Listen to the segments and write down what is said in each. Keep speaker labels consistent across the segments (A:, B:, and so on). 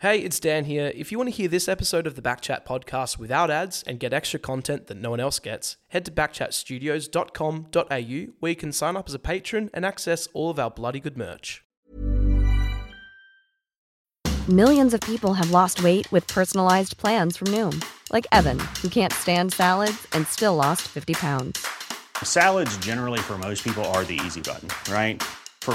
A: Hey, it's Dan here. If you want to hear this episode of the Backchat podcast without ads and get extra content that no one else gets, head to backchatstudios.com.au where you can sign up as a patron and access all of our bloody good merch.
B: Millions of people have lost weight with personalized plans from Noom, like Evan, who can't stand salads and still lost 50 pounds.
C: Salads, generally, for most people, are the easy button, right? For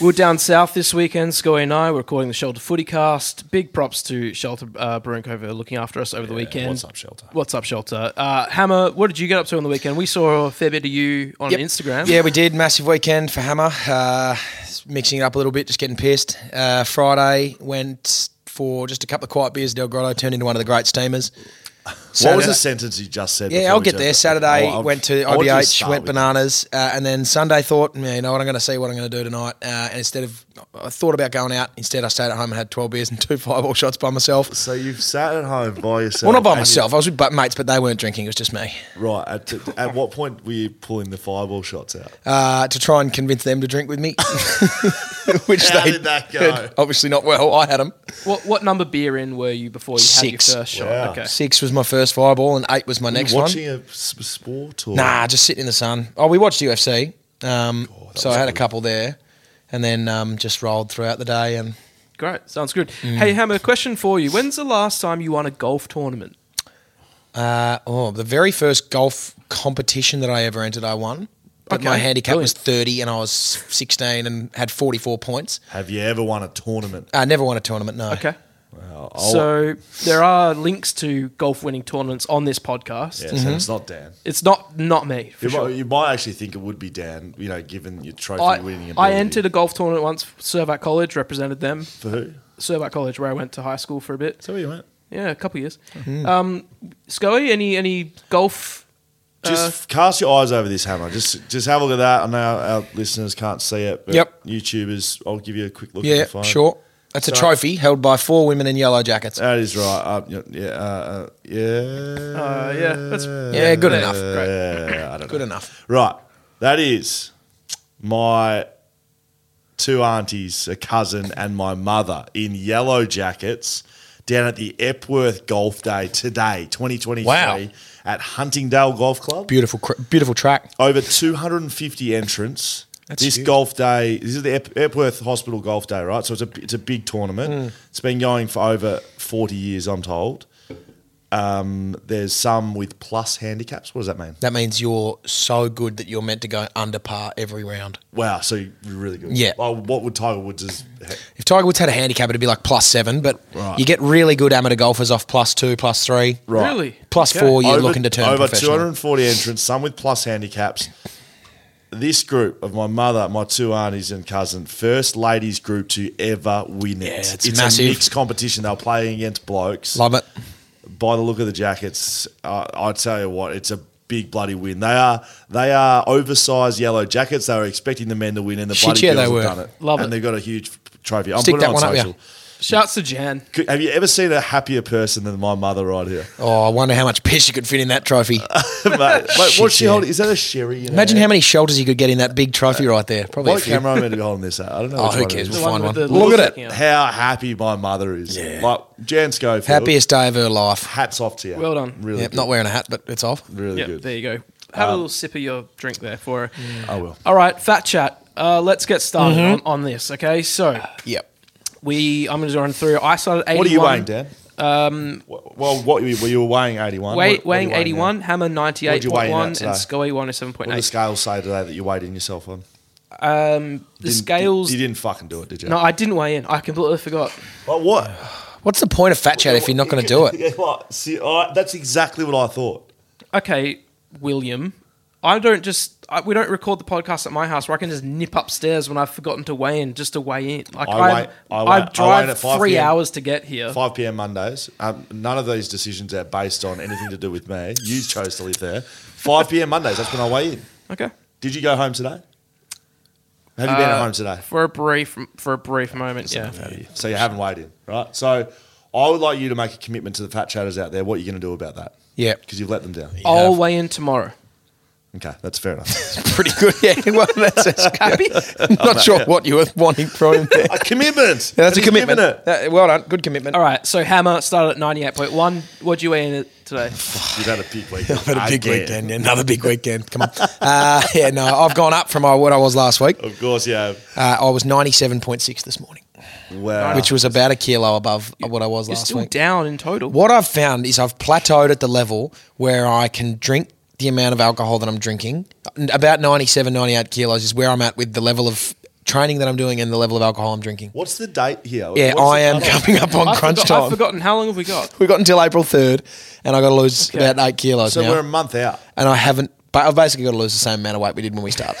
A: We We're down south this weekend, Scoey and I. We're recording the Shelter Footy Cast. Big props to Shelter uh, Barunko for looking after us over the weekend.
D: what's up, Shelter?
A: What's up, Shelter? Uh, Hammer, what did you get up to on the weekend? We saw a fair bit of you on
D: Yep.
A: Instagram.
D: Yeah, we did. Massive weekend for Hammer. Uh, mixing it up a little bit, just getting pissed. Uh, Friday went for just a couple of quiet beers. Del Grotto turned into one of the great steamers.
E: What was
D: Saturday-
E: the sentence you just said?
D: Yeah,
E: before
D: I'll
E: we
D: get
E: jumped
D: there.
E: in?
D: Saturday
E: Oh, I'll-
D: went to
E: I want you
D: IBH,
E: start
D: went
E: with-
D: bananas, uh, and then Sunday thought, yeah, you know what, I'm going to see what I'm going to do tonight. Uh, and instead of, I thought about going out. Instead, I stayed at home and had 12 beers and two fireball shots by myself.
E: So you've sat at home by yourself.
D: Well, not by
E: and you-
D: myself. I was with bu- mates, but they weren't drinking. It was just me.
E: Right. At, at what point were you pulling the fireball shots out?
D: uh, to try and convince them to drink with me, which
E: How
D: they
E: did that go?
D: did obviously not well. I had them.
A: What, what number beer in were you before you
D: Six.
A: had your first shot?
E: Wow.
A: Okay.
D: Six was my first fireball, and eight was my next
E: you
D: one.
E: watching a s- sport or
D: Nah, just sitting in the sun. Oh, we watched UFC, um, so I had a couple there, and then um, just rolled throughout the day. And
A: Great. Sounds good.
E: Mm.
A: Hey, Hammer, question for you. When's the last time you won a golf tournament?
D: uh, oh, the very first golf competition that I ever entered, I won. But my
A: Okay,
D: handicap was thirty, and I was sixteen, and had forty-four points.
E: Have you ever won a tournament?
D: I never won a tournament. No.
A: Okay.
E: Wow.
A: So there are links to golf winning tournaments on this podcast.
E: yeah,
D: Hmm?
E: so it's not Dan.
A: It's not not me. For
E: You,
A: sure.
E: might, you might actually think it would be Dan, you know, given your trophy winning
A: I,
E: ability.
A: I entered a golf tournament once. Servat College represented them.
E: for who?
A: Servat College, where I went to high school for a bit.
E: So where you went?
A: Yeah, a couple of years.
E: Hmm.
A: Um, Scully, any any golf?
E: Just f- cast your eyes over this hammer. Just just have a look at that. I know our listeners can't see it, but
D: Yep.
E: YouTubers, I'll give you a quick look. at
D: Yeah,
E: the phone.
D: sure. That's a
E: So-
D: trophy held by four women in yellow jackets.
E: That is right. Uh, yeah, yeah, uh, uh, yeah.
A: Uh, yeah, that's
D: Yeah, good enough.
A: Great.
E: Yeah, I don't
D: Good
E: know.
D: enough.
E: Right. That is my two aunties, a cousin, and my mother in yellow jackets down at the Epworth Golf Day today, 2023,
D: Wow.
E: at Huntingdale Golf Club.
D: Beautiful, cr- beautiful track.
E: Over 250 entrants.
D: That's
E: this
D: huge.
E: golf day, this is the Ep- Epworth Hospital Golf Day, right? So it's a it's a big tournament. It's been going for over 40 years, I'm told. Um, there's some with plus handicaps. What does that mean?
D: That means you're so good that you're meant to go under par every round.
E: Wow, so you're really good.
D: Yeah.
E: Oh, what would Tiger Woods is?
D: If Tiger Woods had a handicap, it'd be like plus seven. But
E: Right.
D: you get really good amateur golfers off plus two, plus three,
E: Right.
A: Really?
D: plus
A: Okay.
D: four. You're looking to turn
E: over
D: professional.
E: 240 entrants, some with plus handicaps. This group of my mother, my two aunties and cousin, first ladies group to ever win it.
D: it's massive.
E: a mixed competition. They're playing against blokes.
D: Love it.
E: By the look of the jackets, uh, I tell you what, it's a big bloody win. They are they are oversized yellow jackets. They were expecting the men to win, and the
D: Shit,
E: bloody
D: yeah,
E: girls
D: they
E: have
D: were.
E: done it.
A: Love
E: and
A: it.
E: they've got a huge trophy. I'm
D: Stick
E: putting it on
D: that one up, yeah.
E: social.
A: Shouts to Jan.
E: Could- Have you ever seen a happier person than my mother right here?
D: Oh, I wonder how much piss you could fit in that trophy.
E: Mate, mate,
D: Shit,
E: what's she
D: yeah.
E: holding? Is that a sherry? in her
D: Imagine
E: hand?
D: how many shelters you could get in that big trophy right there. Probably a
E: What
D: few.
E: camera am I meant to be holding this at? I don't know.
D: Oh,
E: which
D: who
E: one it
D: cares?
E: is.
D: We'll
A: one
D: find one.
A: with the
D: Look at
A: looking
D: it.
A: out.
E: How happy my mother is. Like Jan Schofield.
D: Happiest day of her life.
E: Hats off to you.
A: Well done.
E: Really
D: yep,
E: good.
D: not wearing a hat, but it's off.
E: Really
A: Yep,
E: good. Um,
A: there you go. have a little sip of your drink there for her.
E: I will.
A: All right, fat chat. Uh, let's get started
E: Mm-hmm.
A: on, on this. Okay, so
D: Yep.
A: we I'm going to run through. I started at 81.
E: What are you weighing, Dan? Um, well, what you, well, you were weighing eighty-one.
A: Weight,
E: What- what are you
A: weighing 81,
E: now?
A: Hammer
E: What'd you weigh in
A: 98.1,
E: at
A: and
E: today?
A: Scully
E: What did the
A: 107.8.
E: scales say today that you weighed in yourself on?
A: um, the
E: Didn't-
A: scales.
E: You didn't fucking do it, did you?
A: no, I didn't weigh in. I completely forgot.
E: But what?
D: What's the point of fat chat if you're not going to do it?
E: Yeah, what? See, I- that's exactly what I thought.
A: Okay, William, I don't just. I, we don't record the podcast at my house where I can just nip upstairs when I've forgotten to weigh in just to weigh in. Like
E: I
A: I,
E: weigh- I
A: I,
E: weigh- I weigh in
A: drive
E: at 5
A: three
E: PM.
A: hours to get here.
E: 5 p.m. Mondays. Um, none of these decisions are based on anything to do with me. You chose to live there. 5 p.m. Mondays. That's when I weigh in.
A: Okay.
E: Did you go home today? Have you been
A: Uh,
E: at home today?
A: For a brief, for a brief moment, yeah.
E: So you haven't weighed in, right? So I would like you to make a commitment to the fat chatters out there. What are you going to do about that?
D: Yeah.
E: Because you've let them down.
A: I'll weigh in tomorrow.
E: Okay, that's fair enough.
D: Pretty good. Yeah. Well, that's, that's
A: Happy?
D: not sure what you were wanting from him there.
E: a commitment.
D: That's a
E: And he's given
D: commitment.
E: it.
D: That- well done. Good commitment.
A: All right. So Hammer started at ninety eight point one. What'd you weigh in at today?
E: You've had a big week.
D: I've had a big weekend. Yeah, another big weekend. Come on. Uh, yeah, no, I've gone up from uh, what I was last week.
E: Of course, you have.
D: Uh, I was 97.6 this morning,
E: Wow.
D: which was about a kilo above what I was
A: You're
D: last
A: still
D: week.
A: down in total.
D: What I've found is I've plateaued at the level where I can drink the amount of alcohol that I'm drinking. N- About 97, 98 kilos is where I'm at with the level of training that I'm doing and the level of alcohol I'm drinking.
E: What's the date here?
D: Yeah,
E: What's
D: I
E: the
D: am
E: cutoff?
D: coming up on
A: I've,
D: crunch
A: forgot- I've
D: time.
A: forgotten. How long have we got?
D: We've got until April 3rd, and i got to lose about eight kilos
E: So
D: now.
E: we're a month out.
D: and I haven't, but I've basically got to lose the same amount of weight we did when we started.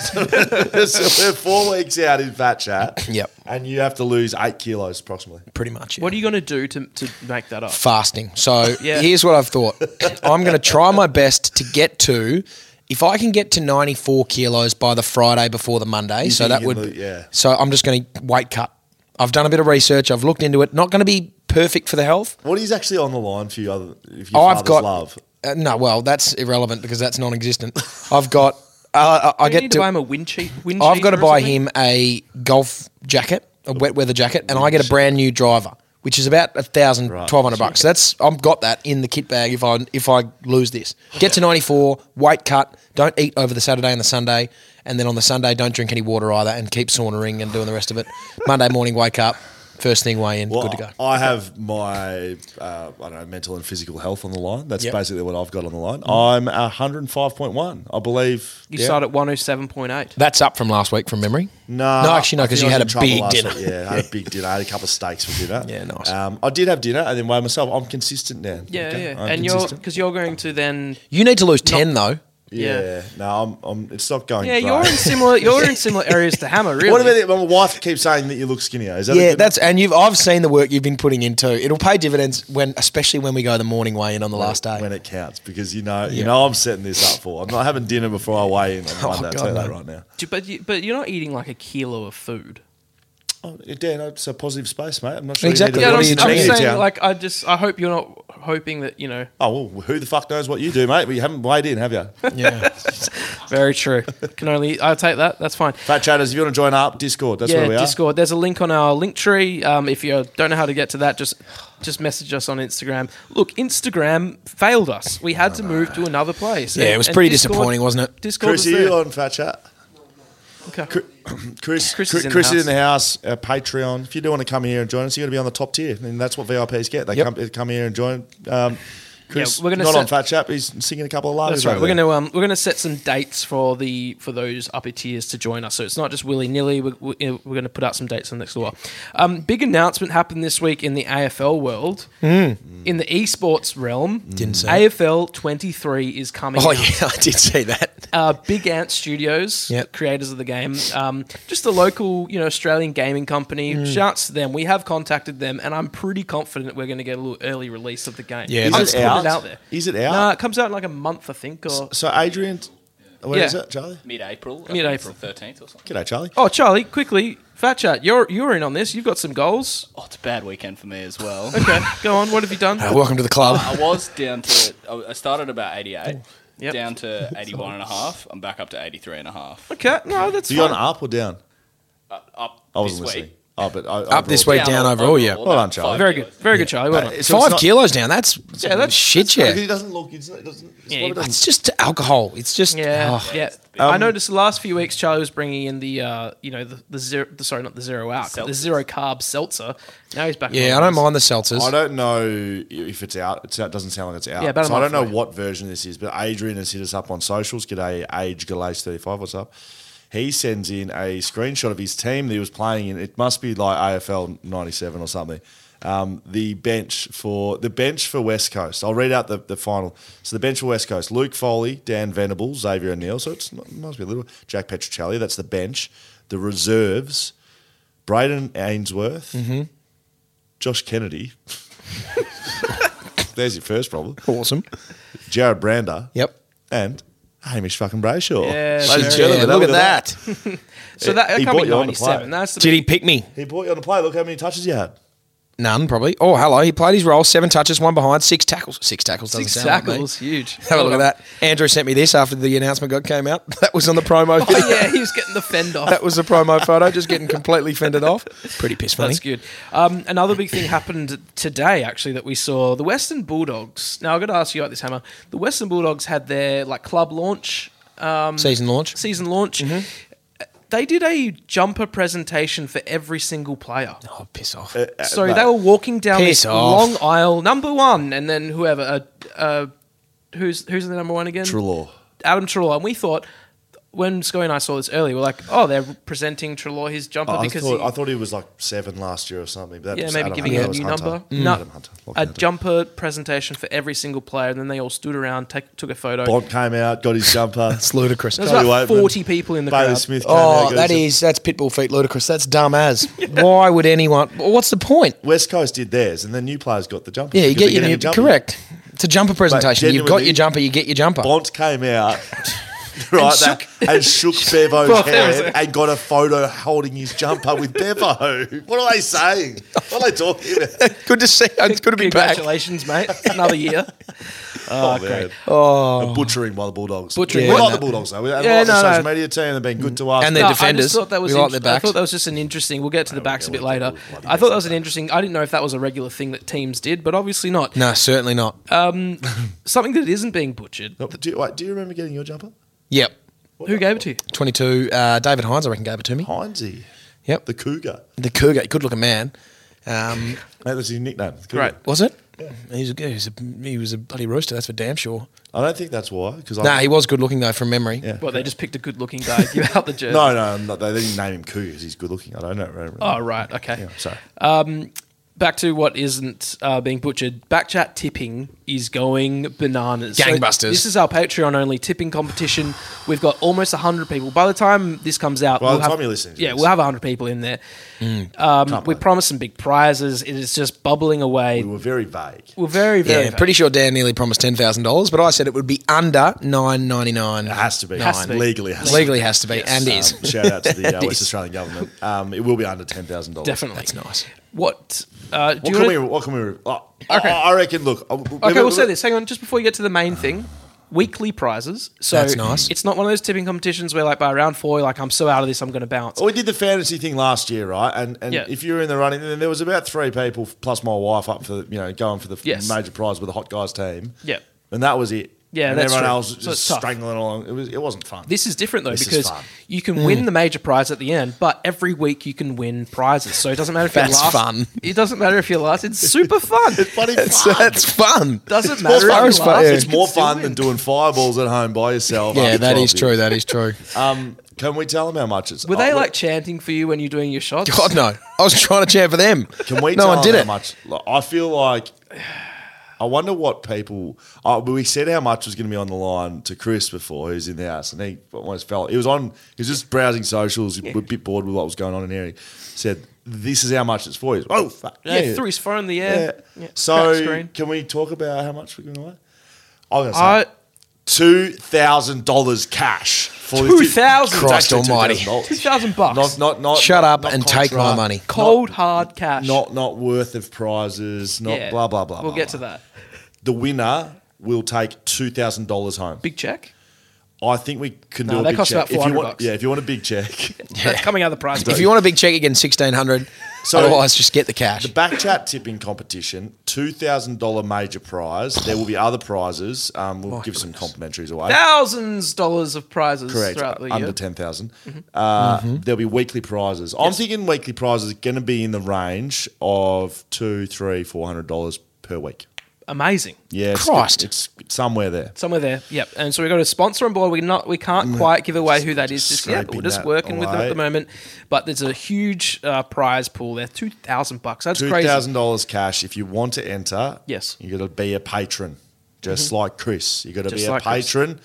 E: so we're four weeks out in fat chat.
D: Yep.
E: And you have to lose eight kilos approximately.
D: Pretty much. yeah.
A: What are you going to do to to make that up?
D: fasting. So
A: Yeah.
D: here's what I've thought. I'm going to try my best to get to. If I can get to 94 kilos by the Friday before the Monday,
E: You
D: so
E: think
D: that
E: you
D: would
E: can lo- yeah.
D: So I'm just going to weight cut. I've done a bit of research. I've looked into it. Not going to be perfect for the health.
E: What is actually on the line for you other if your
D: Oh,
E: father's
D: I've got
E: love?
D: Uh, no, well, that's irrelevant because that's non-existent. I've got. Uh, I, I
A: Don't you
D: get
A: need
D: to.
A: buy him a wind cheat. Wind
D: I've got to
A: cheater or
D: buy
A: something?
D: him a golf jacket, a wet weather jacket, and I get a brand new driver, which is about a thousand,
E: Right.
D: twelve hundred bucks. That's I've got that in the kit bag. If I if I lose this, get to ninety four, weight cut, don't eat over the Saturday and the Sunday, and then on the Sunday don't drink any water either, and keep saunering and doing the rest of it. Monday morning, wake up, first thing weigh in,
E: Well,
D: good to go.
E: I have my uh, I don't know mental and physical health on the line. That's
D: Yep.
E: basically what I've got on the line. I'm 105.1, I believe.
A: You
E: Yeah.
A: start at one oh seven point eight.
D: That's up from last week from memory.
E: No,
D: no, actually no,
E: I think I
D: because you
E: was
D: had a
E: in trouble
D: big
E: last
D: dinner.
E: week. Yeah, I had a big dinner. I had a couple of steaks for dinner.
D: Yeah, nice.
E: Um, I did have dinner and then weigh myself. I'm consistent now.
A: Yeah,
E: okay?
A: yeah.
E: I'm
A: and you're
E: consistent.
A: because you're going to then.
D: You need to lose ten though.
A: Yeah.
E: yeah. No, I'm, I'm. It's not going.
A: Yeah,
E: great.
A: you're in similar. You're in similar areas to Hammer. Really.
E: What about it? My wife keeps saying that you look skinnier. Is that a
D: Yeah,
E: good-
D: that's and you've I've seen the work you've been putting in too. It'll pay dividends when, especially when we go the morning weigh in on the last day.
E: when it counts because you know
D: Yeah.
E: you know I'm setting this up for. I'm not having dinner before I weigh in on
D: Oh,
E: Monday. I'll
D: God,
E: tell you that
D: no.
E: right now.
A: Do- But you, but you're not eating like a kilo of food.
E: Oh, Dan, it's a positive space, mate. I'm not sure.
D: Exactly.
E: You
A: Yeah,
E: need
D: What
A: I'm,
E: to
D: are
A: I'm
E: What
D: you
E: are
D: doing?
A: saying
E: down?
A: like I just I hope you're not hoping that you know.
E: oh well, who the fuck knows what you do, mate? But you haven't weighed in, have you?
D: Yeah.
A: Very true. Can only I'll take that. That's fine.
E: Fat chatters, if you want to join up, Discord. That's
A: yeah,
E: where we are.
A: Discord. There's a link on our link tree. Um, if you don't know how to get to that, just just message us on Instagram. Look, Instagram failed us. We had to move to another place.
D: Yeah, it was pretty disappointing, wasn't it?
A: Discord
E: Chris,
A: was
E: are you
A: there.
E: on Fat Chat?
A: Okay. Chris
E: Chris, Chris,
A: is
E: Chris,
A: in the
E: is in the house. Uh, Patreon. If you do want to come here and join us, you got to be on the top tier, and that's what VIPs get. They
D: Yep.
E: come come come here and join. Um, Chris,
A: we're
E: we're
A: gonna
E: not
A: set-
E: on Fat Chat. But he's singing a couple of
A: That's
E: lives.
A: right. We're gonna um, we're gonna set some dates for the for those upper tiers to join us. So it's not just willy nilly. We're, we're we're gonna put out some dates on next door. Um, big announcement happened this week in the AFL world, in the esports realm. Hmm. Didn't
D: see
A: AFL 23 is coming.
D: Oh
A: out.
D: yeah, I did see that.
A: uh, Big Ant Studios,
D: Yep.
A: creators of the game, um, just a local, you know, Australian gaming company. Shouts to them. We have contacted them, and I'm pretty confident we're going to get a little early release of the game. I'm
D: Yeah, Is it
A: just putting
E: out?
A: it out there.
E: Is it out?
A: Nah, it comes out in like a month, I think, or
E: So Adrian, where
A: Yeah.
E: is it, Charlie?
F: Mid-April. I think it's
A: Mid-April.
F: the 13th or something.
E: G'day, Charlie.
A: Oh, Charlie, quickly, Fat Chat, you're you're in on this. You've got some goals.
F: Oh, it's a bad weekend for me as well.
A: Okay, go on. What have you done?
D: Uh, welcome to the club.
F: I was down to, I I started about 88,
A: Yep.
F: down to 81 and a half. I'm back up to 83 and a half.
A: Okay, no, that's
E: So you on
A: fine.
E: up or down?
F: Uh, Up
E: I wasn't
F: this
E: listening.
F: week.
E: Up, at,
D: Up this week, down overall, yeah.
E: Well done, Charlie.
A: Very good. Very good, Charlie. Well done.
E: Uh, So it's
D: Five
E: not-
D: kilos down. That's
E: Yeah, that's
D: shit.
E: that's not-
D: Yeah,
E: 'cause It doesn't look. It's, it doesn't. It's
A: Yeah,
E: what it doesn't
D: it's just alcohol. It's just
A: Yeah,
D: oh.
A: yeah. I noticed the last few weeks Charlie was bringing in the, uh, you know, the, the zero, the, sorry, not the zero out, but the
F: Seltzers.
A: zero carb seltzer. Now he's back.
D: Yeah,
A: on
D: I don't
A: those.
D: mind the seltzers.
E: I don't know if it's out. It's, it doesn't sound like it's out.
A: Yeah, about a
E: so I don't
A: month
E: know
A: away.
E: what version this is, but Adrian has hit us up on socials. G'day, Age Galace 35. What's up? He sends in a screenshot of his team that he was playing in. It must be like AFL 97 or something. Um, the bench for the bench for West Coast. I'll read out the, the final. So the bench for West Coast: Luke Foley, Dan Venable, Xavier O'Neill. So it's it must be a little Jack Petricelli. That's the bench. The reserves: Braden Ainsworth, Josh Kennedy. There's your first problem.
D: Awesome.
E: Jared Brander.
D: Yep.
E: And Hamish fucking Brayshaw.
A: Yeah,
E: Ladies and
A: very
E: gentlemen,
D: Yeah,
E: that
D: look at
E: was-
D: that.
A: So that, that
E: He
A: can't
E: bought
A: be
E: you on the play.
A: 97. That's the
D: Did he pick me?
E: He brought you on the play. Look how many touches you had.
D: None, probably. Oh, hello. He played his role. Seven touches, one behind, six tackles. Six tackles doesn't
A: six
D: sound like me.
A: tackles. Huge.
D: Have a look at that. Andrew sent me this after the announcement got came out. That was on the promo video.
A: Oh, yeah, he was getting the fend off.
D: That was the promo photo, just getting completely fended off. Pretty piss funny.
A: That's good. Um, another big thing happened today, actually, that we saw the Western Bulldogs. Now I've got to ask you about this, Hammer. The Western Bulldogs had their like club launch,
D: Season launch.
A: season launch.
D: Mm-hmm.
A: They did a jumper presentation for every single player.
D: Oh, piss off.
E: Uh,
A: So they were walking down
D: Piss
A: this
D: off.
A: long aisle, number one, and then whoever, uh, uh, who's who's the number one again?
E: Trelaw.
A: Adam Trelaw. And we thought when Scully and I saw this earlier, we're like, oh, they're presenting Trelaw his jumper
E: Oh, I
A: because
E: thought,
A: he,
E: I thought he was like seven last year or something. But that
A: yeah,
E: was
A: maybe
E: Adam
A: giving
E: Hunter.
A: him
E: That
A: a
E: was
A: new
E: Hunter.
A: number.
E: Mm.
A: No,
E: Adam Hunter.
A: a
E: Lockie Hunter.
A: jumper presentation for every single player, and then they all stood around, take, took a photo.
E: Bond came out, got his jumper.
D: It's ludicrous.
A: There's
E: Charlie
A: about
E: Waitman.
A: forty people in the
E: Bailey
A: crowd.
E: Smith came out.
D: Oh,
E: got
D: that
E: his-
D: is that's pitbull feet ludicrous. That's dumb as. Why would anyone? well, What's the point?
E: West Coast did theirs, and then new players got the jumper.
D: Yeah, you
E: because
D: get
E: they're
D: your,
E: getting jumper.
D: your correct. It's a jumper presentation. You've got
E: genuinely-
D: your jumper. You get your jumper.
E: Bont came out. Right, that- and shook Bevo's
A: Well, there was
E: hand and got a photo holding his jumper with Bevo. What are they saying? What are they talking about?
D: Good to see. It's good to be back.
A: Congratulations, mate! Another year.
E: Oh, man. Oh. butchering by the Bulldogs.
A: Butchering
E: We
A: by
E: like
A: the-
E: the Bulldogs, though. We yeah,
A: Yeah,
E: like the
A: no, no.
E: social media team. They've been good to us.
D: And they're
A: No, I
D: defenders.
A: just thought that was
D: we like
A: int-
D: their backs.
A: I thought that was just an interesting. We'll get to the backs a bit
E: we'll get
A: later.
E: to the bloody
A: I thought that
E: backs
A: was an interesting. I didn't know if that was a regular thing that teams did, but obviously not.
D: no, certainly not.
A: Uh, Something that isn't being butchered.
E: No, do, you, wait, do you remember getting your jumper?
D: yep.
A: Who gave it to you?
D: 22. Uh, David Hines, I reckon, gave it to me.
E: Heinzie.
D: Yep.
E: The Cougar.
D: The Cougar, good looking man. Um,
E: That was his nickname. the Cougar.
A: Right.
D: was it? He, was a, he, was a, he was a bloody rooster, that's for damn sure.
E: I don't think that's why. Because
D: Nah, he was good looking though from memory.
E: Yeah.
A: Well, they just picked a good-looking guy. Give out the jersey.
E: No, no, no, they didn't name him Cougar because he's good looking. I don't know. I don't remember.
A: Oh right. Okay.
E: Yeah, sorry.
A: back to what isn't uh, being butchered. Backchat tipping is going bananas.
D: Gangbusters.
A: this is our Patreon only tipping competition. We've got almost 100 people. By the time this comes out,
E: By the
A: have,
E: time you're listening to
A: yeah,
E: this. Mm,
A: we'll have 100 people in there. um, we
E: wait.
A: promise some big prizes. It is just bubbling away.
E: we were very vague.
A: We're very,
D: Yeah,
A: very
D: pretty sure Dan nearly promised ten thousand dollars, but I said it would be under nine ninety nine.
E: It has to be.
A: Has to be.
E: Legally has to be.
D: Legally has to be, and is.
E: Um, shout out to the uh,
D: It
E: West
D: is.
E: Australian government. Um, it will be under ten thousand dollars.
A: definitely.
D: That's nice.
A: What? Uh, do
E: What
A: you
E: can,
A: wanna-
E: we, what can we? oh, I- I reckon. Look. uh,
A: Okay, we'll say this. Hang on, just before you get to the main
E: Uh-huh.
A: thing, weekly prizes. So
D: That's nice.
A: It's not one of those tipping competitions where, like, by round four, you're like, I'm so out of this, I'm going to bounce.
E: Well, we did the fantasy thing last year, right? And and
A: Yeah.
E: if you were in the running, then there was about three people plus my wife up for you know going for the f-
A: Yes.
E: major prize with the hot guys team.
A: Yep.
E: And that was it.
A: Yeah,
E: and
A: that's
E: everyone
A: true.
E: else was
A: So
E: just
A: it's tough.
E: strangling along. It was it wasn't fun.
A: This is different though
E: This is
A: because
E: fun.
A: you
D: Hmm.
A: can win the major prize at the end, but every week you can win prizes. So it doesn't matter if you're
D: That's
A: last.
D: fun.
A: It doesn't matter if you're last. It's super fun.
E: bloody
D: That's,
E: fun.
D: that's fun.
A: Doesn't
D: It's
A: matter
D: more
A: if
D: fun.
A: you're
D: It's fun,
A: last,
D: yeah.
E: it's more fun than doing fireballs at home by yourself.
D: Yeah,
E: after
D: that
E: 12
D: is true.
E: years.
D: That is true.
E: Um, can we tell them how much it's?
A: Were they
E: oh,
A: like chanting for you when you're doing your shots?
D: God no, I was trying to chant for them.
E: Can we
D: no
E: tell
D: one did
E: how
D: it.
E: much? like, I feel like I wonder what people. Uh, we said how much was going to be on the line to Chris before, who's in the house, and he almost fell. He was on. He was just browsing socials. He was a bit bored with what was going on in here. He said, "This is how much it's for." He's, oh fuck!
A: Yeah, threw his phone in the
E: Yeah.
A: air. Yeah, cracked
E: so
A: screen.
E: can we talk about how much we're going to away? I was going
A: I,
E: to say two thousand dollars cash for this-
A: 2,000?
E: It's actually
D: Christ almighty.
E: $2,000.
A: two thousand bucks.
E: Not, not, not.
D: Shut
E: not-
D: up
E: not
D: and take my
E: contract,
D: money.
A: Cold hard cash.
E: Not not worth of prizes. Not
A: Yeah.
E: blah blah blah.
A: We'll
E: blah,
A: get to
E: blah.
A: that.
E: The winner will take two thousand dollars home.
A: Big check.
E: I think we can do
A: No,
E: a
A: that
E: big
A: costs
E: check.
A: about
E: if you
A: 400
E: want,
A: bucks.
E: yeah, if you want a big check,
A: That's coming out of the prize.
D: If you want a big check again, sixteen hundred.
E: So-
D: Otherwise, just get the cash.
E: The Backchat tipping competition, two thousand dollar major prize. There will be other prizes. Um,
A: Oh,
E: we'll give some complimentaries away.
A: Thousands dollars of prizes
E: Correct,
A: throughout the
E: under
A: year. Mm-hmm.
E: ten thousand. Uh,
D: Mm-hmm.
E: There'll be weekly prizes. I'm thinking weekly prizes are going to be in the range of two, three, four hundred dollars per week.
A: Amazing.
E: Yeah, it's-
D: Christ.
E: it's, it's somewhere there.
A: Somewhere there, yep. And so we've got a sponsor on board. We not we can't quite give away who that is just yet, but we're
E: Mm. scraping
A: just
E: that
A: working with them at
E: away.
A: the moment. But there's a huge uh, prize pool there, two thousand bucks. That's
E: Two
A: crazy.
E: thousand dollars cash. If you want to enter,
A: Yes. Mm-hmm.
E: you got to be a patron, just like Chris. You got to
A: Just
E: be
A: like
E: a
A: Chris.
E: patron.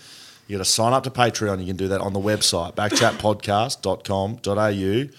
E: You got to sign up to Patreon. You can do that on the website backchatpodcast.com.au.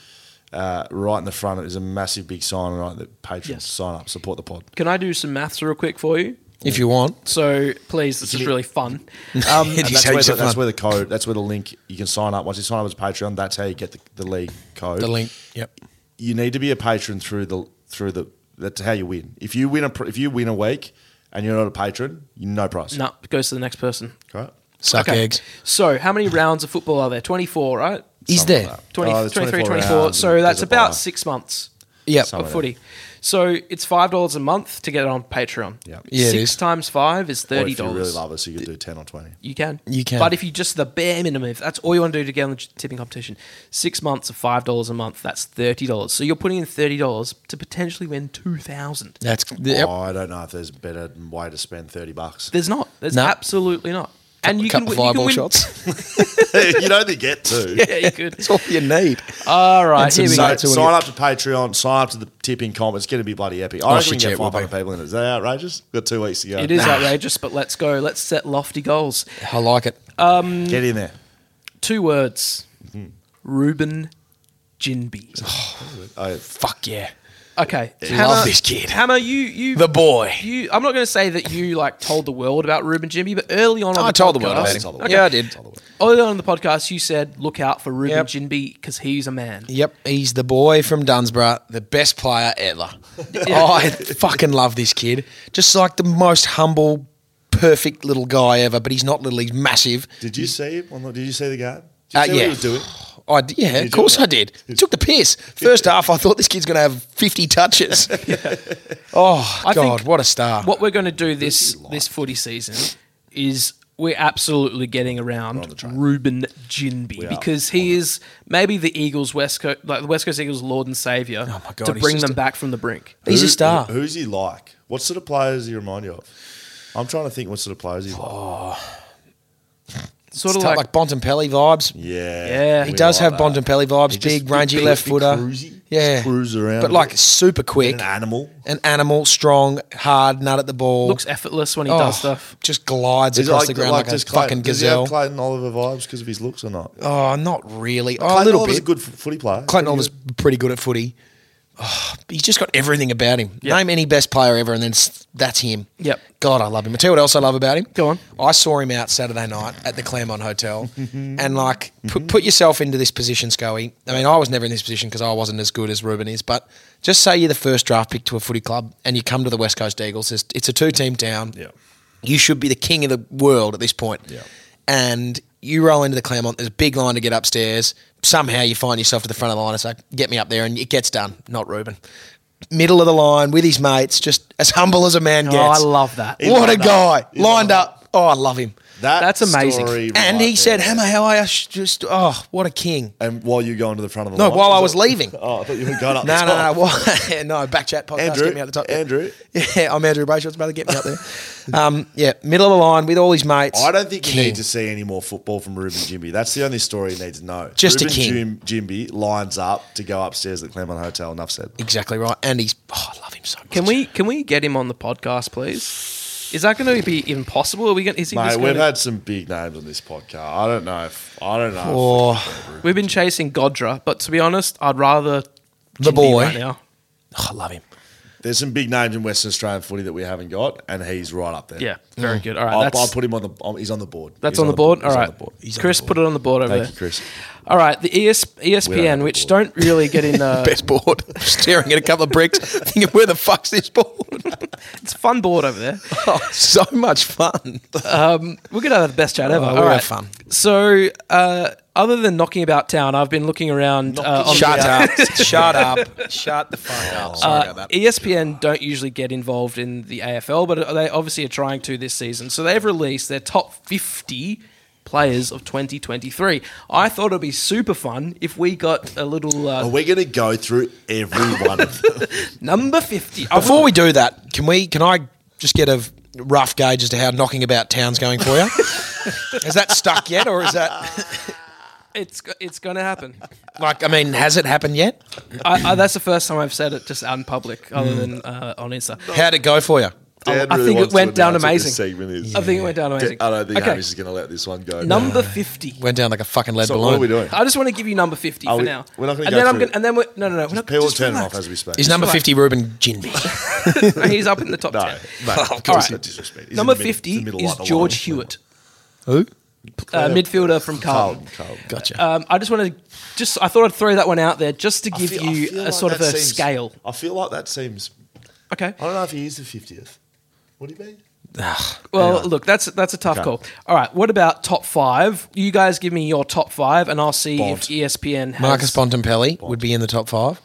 E: Uh, right in the front, there's a massive big sign right that Patreon
A: Yes.
E: sign up, support the pod.
A: Can I do some maths real quick for you?
D: if you want.
A: So please, this is really fun.
E: Um, and
D: It is
E: that's, where
D: heaps
E: the,
D: of
E: that's
D: fun.
E: where the code, that's where the link. You can sign up once you sign up as a Patreon. That's how you get the, the league code.
D: The link. Yep.
E: you need to be a patron through the through the that's how you win. If you win a pr- if you win a week and you're not a patron, you no prize.
A: No, it goes to the next person.
E: Right?
D: Suck eggs.
A: So how many rounds of football are there? Twenty four, right?
D: Is
E: Something
D: there?
E: like that.
A: 20,
E: Oh, there's
A: 23, 24.
E: rounds
A: So
E: and
A: that's
E: there's a
A: about
E: buy.
A: six months
D: Yep.
A: of footy. So it's five dollars a month to get it on Patreon.
E: Yeah.
D: Yeah, it
A: Six
D: is.
A: times five is
E: Or
A: thirty
E: if you
A: dollars.
E: really love us, you could do ten or twenty.
A: You can.
D: You can.
A: But if you just the bare minimum, if that's all you want to do to get on the tipping competition, six months of five dollars a month, that's thirty dollars. So you're putting in thirty dollars to potentially win two thousand.
D: That's yep.
E: Oh, I don't know if there's a better way to spend thirty bucks.
A: There's not. There's
D: No.
A: absolutely not. And you can,
D: couple
A: win-
D: of
A: you can
D: fireball
A: win.
D: shots.
E: you know they get to.
A: Yeah, you could.
D: That's all you need.
A: All right,
D: some
A: here we
D: So-
A: go.
E: So,
D: That's all
E: sign
D: we-
E: up to Patreon, sign up to the tipping comp. It's going to be bloody epic. I reckon we
D: shit,
E: can
D: yeah,
E: get
D: it will
E: 500 people in it. Is that outrageous? We've got two weeks to go.
A: It is outrageous, but let's go. Let's set lofty goals.
D: I like it.
E: Get in there.
A: Two words.
D: Mm-hmm.
A: Ruben Jinby.
E: Oh,
D: Fuck yeah.
A: Okay.
D: Love this kid.
A: Hammer, you you
D: The boy.
A: You, I'm not going to say that you like told the world about Ruben Jinby, but early on, on
D: I
A: the
D: told the
A: podcast,
D: world about him.
A: Okay.
D: Yeah, I did.
A: Early on in the podcast, you said, "Look out for Ruben
D: Yep.
A: Jinby because he's a man."
D: Yep, he's the boy from Dunsborough, the best player ever. I fucking love this kid. Just like the most humble, perfect little guy ever. But he's not little; he's massive.
E: did you see it? Did you see the guy? Did you
D: Uh,
E: see what
D: yeah.
E: he was doing?
D: I d- yeah,
E: you
D: of course
E: do
D: I did. Took the piss. First half, I thought this kid's going to have fifty touches. Oh
A: I
D: God,
A: think
D: what a star!
A: What we're going to do this this footy season is we're absolutely getting around Ruben Jinby because he is maybe the Eagles West Coast, like the West Coast Eagles' Lord and Savior,
D: Oh my God,
A: to
D: he's
A: bring
D: just
A: them
D: a-
A: back from the brink.
D: he's
E: Who-
D: a star.
E: who- who's he like? What sort of player does he remind you of? I'm trying to think what sort of players he's like.
A: Sort
D: It's
A: of
D: like,
A: like,
D: like Bontempelli vibes.
E: Yeah.
A: Yeah.
D: He
A: We
D: does
E: like
D: have
E: that.
D: Bontempelli vibes.
E: He just-
D: Big, rangy
E: big-
D: left
E: big
D: footer.
E: cruisy. Just
D: yeah,
E: cruise around
D: but
E: a
D: like
E: bit.
D: super quick.
E: An animal.
D: an animal, strong, hard nut at the ball.
A: looks effortless when he
D: Oh,
A: does stuff.
D: Just glides
E: Is it
D: across
E: like,
D: the ground
E: like
D: like,
E: does
D: a fucking
E: Clayton, does he have
D: gazelle.
E: Clayton Oliver vibes because of his looks or not?
D: Oh, not really. Oh, a
E: Clayton
D: little
E: Oliver's
D: bit.
E: a good f- footy player.
D: Clayton Oliver's pretty good at footy. Oh, he's just got everything about him. Name any best player ever, and then s- that's him.
A: Yep.
D: God, I love him. I tell you what else I love about him.
A: Go on.
D: I saw him out Saturday night at the Claremont Hotel, and like put, put yourself into this position, Scoey. I mean, I was never in this position because I wasn't as good as Ruben is. But just say you're the first draft pick to a footy club, and you come to the West Coast Eagles. It's, it's a two-team town.
E: Yeah.
D: You should be the king of the world at this point.
E: Yeah.
D: And you roll into the Claremont. There's a big line to get upstairs. Somehow you find yourself to the front of the line. It's like, get me up there, and it gets done. Not Ruben. Middle of the line with his mates, just as humble as a man gets.
A: Oh, I love that.
E: He
D: What a
E: lined
D: guy!
E: up. He
D: Lined
E: lined
D: up. Oh, I love him.
E: That
A: That's amazing.
E: story
D: and
E: right
D: he said,
E: there.
D: "Hammer, how are you?" Sh- Just oh, what a king!
E: And while you going to the front of the
D: No,
E: line,
D: while I
E: is
D: was
E: it-
D: leaving.
E: Oh, I thought you were going up.
D: No,
E: the
D: no, no,
E: top.
D: no. no back chat podcast.
E: Andrew,
D: get me out the top.
E: Andrew.
D: Yeah, I'm Andrew Brachel's about to get me up there. um, yeah, middle of the line with all his mates.
E: I don't think you
D: King.
E: need to see any more football from Ruben Jimby. That's the only story you need to know.
D: Just a
E: Ruben
D: king.
E: Jim, Jimby lines up to go upstairs at the Claremont Hotel. Enough said.
D: Exactly right. And he's. Oh, I love him so much.
A: Can we can we get him on the podcast, please? Is that going to be even possible? Are we going? Is he
E: Mate,
A: just
E: we've
A: gonna,
E: had some big names on this podcast. I don't know if I don't know.
D: Or
A: we've been chasing Godra, but to be honest, I'd rather
D: the
A: Jindy
D: boy.
A: right now.
D: Oh, I love him.
E: if- there's some big names in Western Australian footy that we haven't got, and he's right up there.
A: Yeah, very
D: Mm.
A: good. All right,
E: I'll,
A: that's,
E: I'll put him on the. um, He's on the board.
A: that's
E: He's
A: on the board.
E: He's
A: All
E: on
A: right,
E: the board.
A: Chris, put it on the board over
E: Thank
A: there.
E: you, Chris.
A: All right, the E ES- ESPN, which don't really get in the
D: Best board. Staring at a couple of bricks, thinking, where the fuck's this board?
A: it's a fun board over there.
D: oh, so much fun.
A: We're gonna have the best chat ever.
D: Oh,
A: All
D: we'll have
A: right.
D: fun.
A: So, uh, other than knocking about town, I've been looking around. Uh, on
D: Shut
A: the, uh,
D: up. Shut up. Shut the fuck
E: Oh.
D: up. Sorry
A: E
D: about that.
A: ESPN don't usually get involved in the AFL, but they obviously are trying to this season. So they've released their top 50 players of 2023. I thought it'd be super fun if we got a little
E: Are
A: uh,
E: we going to go through every one of them?
A: number Oh, 50. I
D: Before we do that, can we? Can I just get a rough gauge as to how knocking about town's going for you? Has that stuck yet, or is that
A: It's go- it's going to happen.
D: like? I mean, has it happened yet?
A: I, I, that's the first time I've said it just out in public, other than uh, on Insta.
D: How'd it go for you?
E: Dan
A: I think it
E: Hmm. wants to
A: went down
E: announce what this
A: amazing.
E: segment is.
A: I think it went down amazing.
E: I don't think
A: okay.
E: Hamish is going to let this one go.
A: number 50.
D: Went down like a fucking lead
E: So
D: balloon.
E: what are we doing?
A: I just want to give you number 50
E: Are
A: for
E: we-
A: now.
E: we're not gonna
A: and
E: go
A: then I'm
E: through
A: gonna, and then we're, no, no, no. We're not,
E: People
A: just
E: turn it off
A: relax.
E: as we speak.
D: Is number
A: Just
D: fifty Ruben Jinby?
A: No, he's up in the top
E: no,
A: 10.
E: no,
D: Of
E: it's
D: course
E: a
D: it-
E: disrespect. He's in
A: Number
E: the mid- it's the
A: 50
E: middle
A: is
E: of the
A: George
E: line.
A: Hewitt,
D: Who?
A: uh, midfielder from Carlton.
E: Carlton, Carlton.
D: Gotcha.
A: Um, I just wanted to just I thought I'd throw that one out there just to
E: I
A: give
E: feel- I
A: you
E: feel
A: a
E: like
A: sort of
E: that
A: a
E: seems-
A: scale.
E: I feel like that seems.
A: Okay.
E: I don't know if he is the 50th. What do you mean?
A: Well, look, that's that's a tough
E: Okay.
A: call. All right, what about top 5? You guys give me your top 5 and I'll see
E: Bond.
A: if E ESPN has
D: Marcus Bontempelli would be in the top five.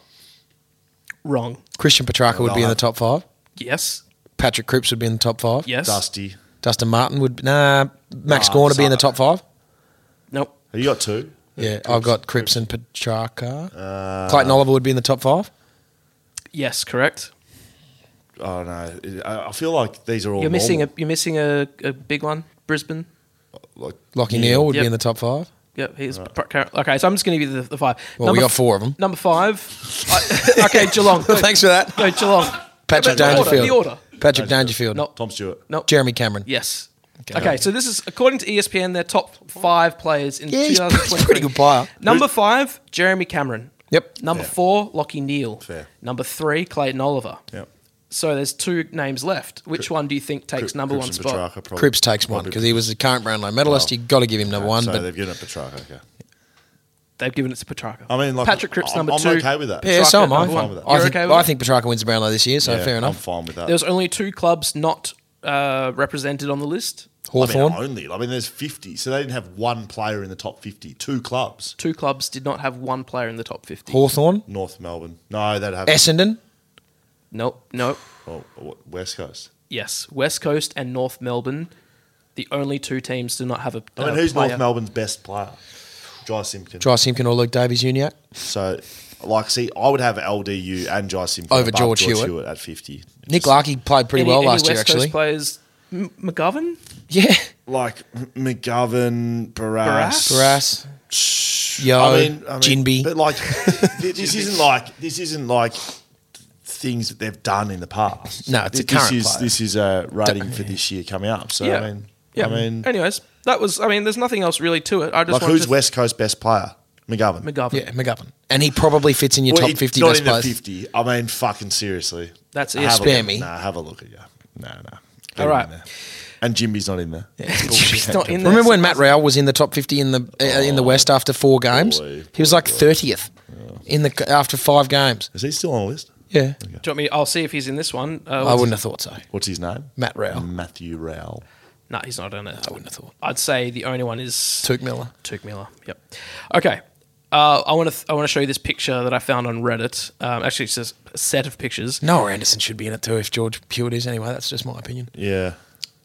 A: wrong.
D: Christian Petrarca would be in the top five.
A: Yes.
D: Patrick Cripps would be in the top five.
A: Yes.
E: Dusty.
D: Dustin Martin would. Nah. Max
E: Nah,
D: Gorn would be in the top
E: Sutton.
D: five.
A: Nope.
E: Have you got two?
D: Yeah, I've got Cripps and Petrarca.
E: Uh,
D: Clayton Oliver would be in the top five.
A: Yes, correct.
E: Oh, no. I I feel like these are all.
A: You're missing a
E: normal.
A: you're missing a, a big one. Brisbane.
E: Like,
D: Lockie Neal would
A: Yep.
D: be in the top five.
A: Yep, he's okay. So I'm just going to give you the, the five.
D: Well, we got four of 'em.
A: Number five, I, okay, Geelong. Go,
D: Thanks for that.
A: Go Geelong.
D: Patrick
A: The order,
D: Dangerfield.
A: the order.
D: Patrick Dangerfield.
A: Nope.
E: Tom Stewart.
A: Nope.
D: Jeremy Cameron.
A: Yes. Okay. so this is according to E ESPN, their top five players in
D: Yeah, he's pretty-
A: 2023.
D: pretty good player.
A: Number five, Jeremy Cameron.
D: Yep.
A: Number four, Lockie Neal.
E: Fair.
A: Number three, Clayton Oliver.
E: Yep.
A: So there's two names left. Which one do you think takes number
E: Cripps
A: one
E: and
A: spot?
E: Petrarca probably-
D: Cripps takes one
E: probably-
D: because he was the current Brownlow medalist. You've got to give him number one.
E: So
D: but
E: they've given it Petrarca. Okay.
A: They've given it to Petrarca.
E: I mean, like
A: Patrick Cripps,
E: I'm,
A: number
E: I'm
A: two.
E: okay with that.
D: yeah, so am I.
A: number
E: fine with that.
D: I
A: You're
D: think,
A: okay with
D: I
A: that?
D: think Petrarca wins the Brownlow this year, so
E: Yeah,
D: fair
E: I'm
D: enough.
E: fine with that.
A: There was only two clubs not uh, represented on the list.
E: I mean,
D: Hawthorn.
E: only. I mean, there's 50. So they didn't have one player in the top 50. Two clubs.
A: Two clubs did not have one player in the top 50.
D: Hawthorn.
E: North Melbourne. No, they'd have
D: Essendon.
A: Nope, nope.
E: oh, what, West Coast.
A: Yes, West Coast and North Melbourne, the only two teams do not have a.
E: I mean,
A: a
E: who's
A: player.
E: North Melbourne's best player? Jai Simpkin.
D: Dry Simpkin or Luke Davies Uniac.
E: So, like, see, I would have LDU and Jai Simpkin
D: Over
E: above
D: George Hewitt.
E: at 50.
D: Nick
E: Just-
D: Larkey played pretty
A: Any-
D: well
A: any
D: last year,
A: West
D: actually.
A: Coast players, M- McGovern.
D: Yeah.
E: Like, M- McGovern, Barras.
D: Brass. Yo. Jinby.
E: But, like, th- this isn't like, this isn't like things that they've done in the past.
D: No, it's a
E: Th- this
D: current
E: is,
D: player.
E: This is a rating for this year coming up. So, I mean,
A: yeah.
E: I mean,
A: anyways, that was. I mean, there's nothing else really to it. I just
E: like,
A: wanted
E: who's
A: to-
E: West Coast best player? McGovern.
A: McGovern?
D: Yeah, McGovern. And he probably fits in your
E: Well,
D: top
E: it's
D: 50
E: not
D: best
E: in the
D: players.
E: 50. I mean, fucking seriously.
A: That's
E: Have a
A: ESPN.
E: look
D: Spare
E: at-
D: me.
E: Nah, have a look at you. No, no.
A: All right.
E: And Jimby's not in there.
A: He's not in there.
D: Remember when Matt Rowell was in the top 50 in the uh, in the West after four games?
E: Oh, boy,
D: he was like 30th in the after five games.
E: Is he still on the list?
D: Yeah.
A: Do you want me? I'll see if he's in this one. Uh,
D: I wouldn't have thought so.
E: What's his name?
D: Matt Rowell.
E: Matthew Rowell.
A: No, he's not on it. I wouldn't
D: have thought.
A: I'd say the only one is
D: Tuke Miller.
A: Tuke Miller. Yep. Okay. Uh, I want to. Th- I want to show you this picture that I found on Reddit. Um, actually, it's just a set of pictures.
D: Noah Anderson should be in it too if George Pewitt is anyway. That's just my opinion.
E: Yeah.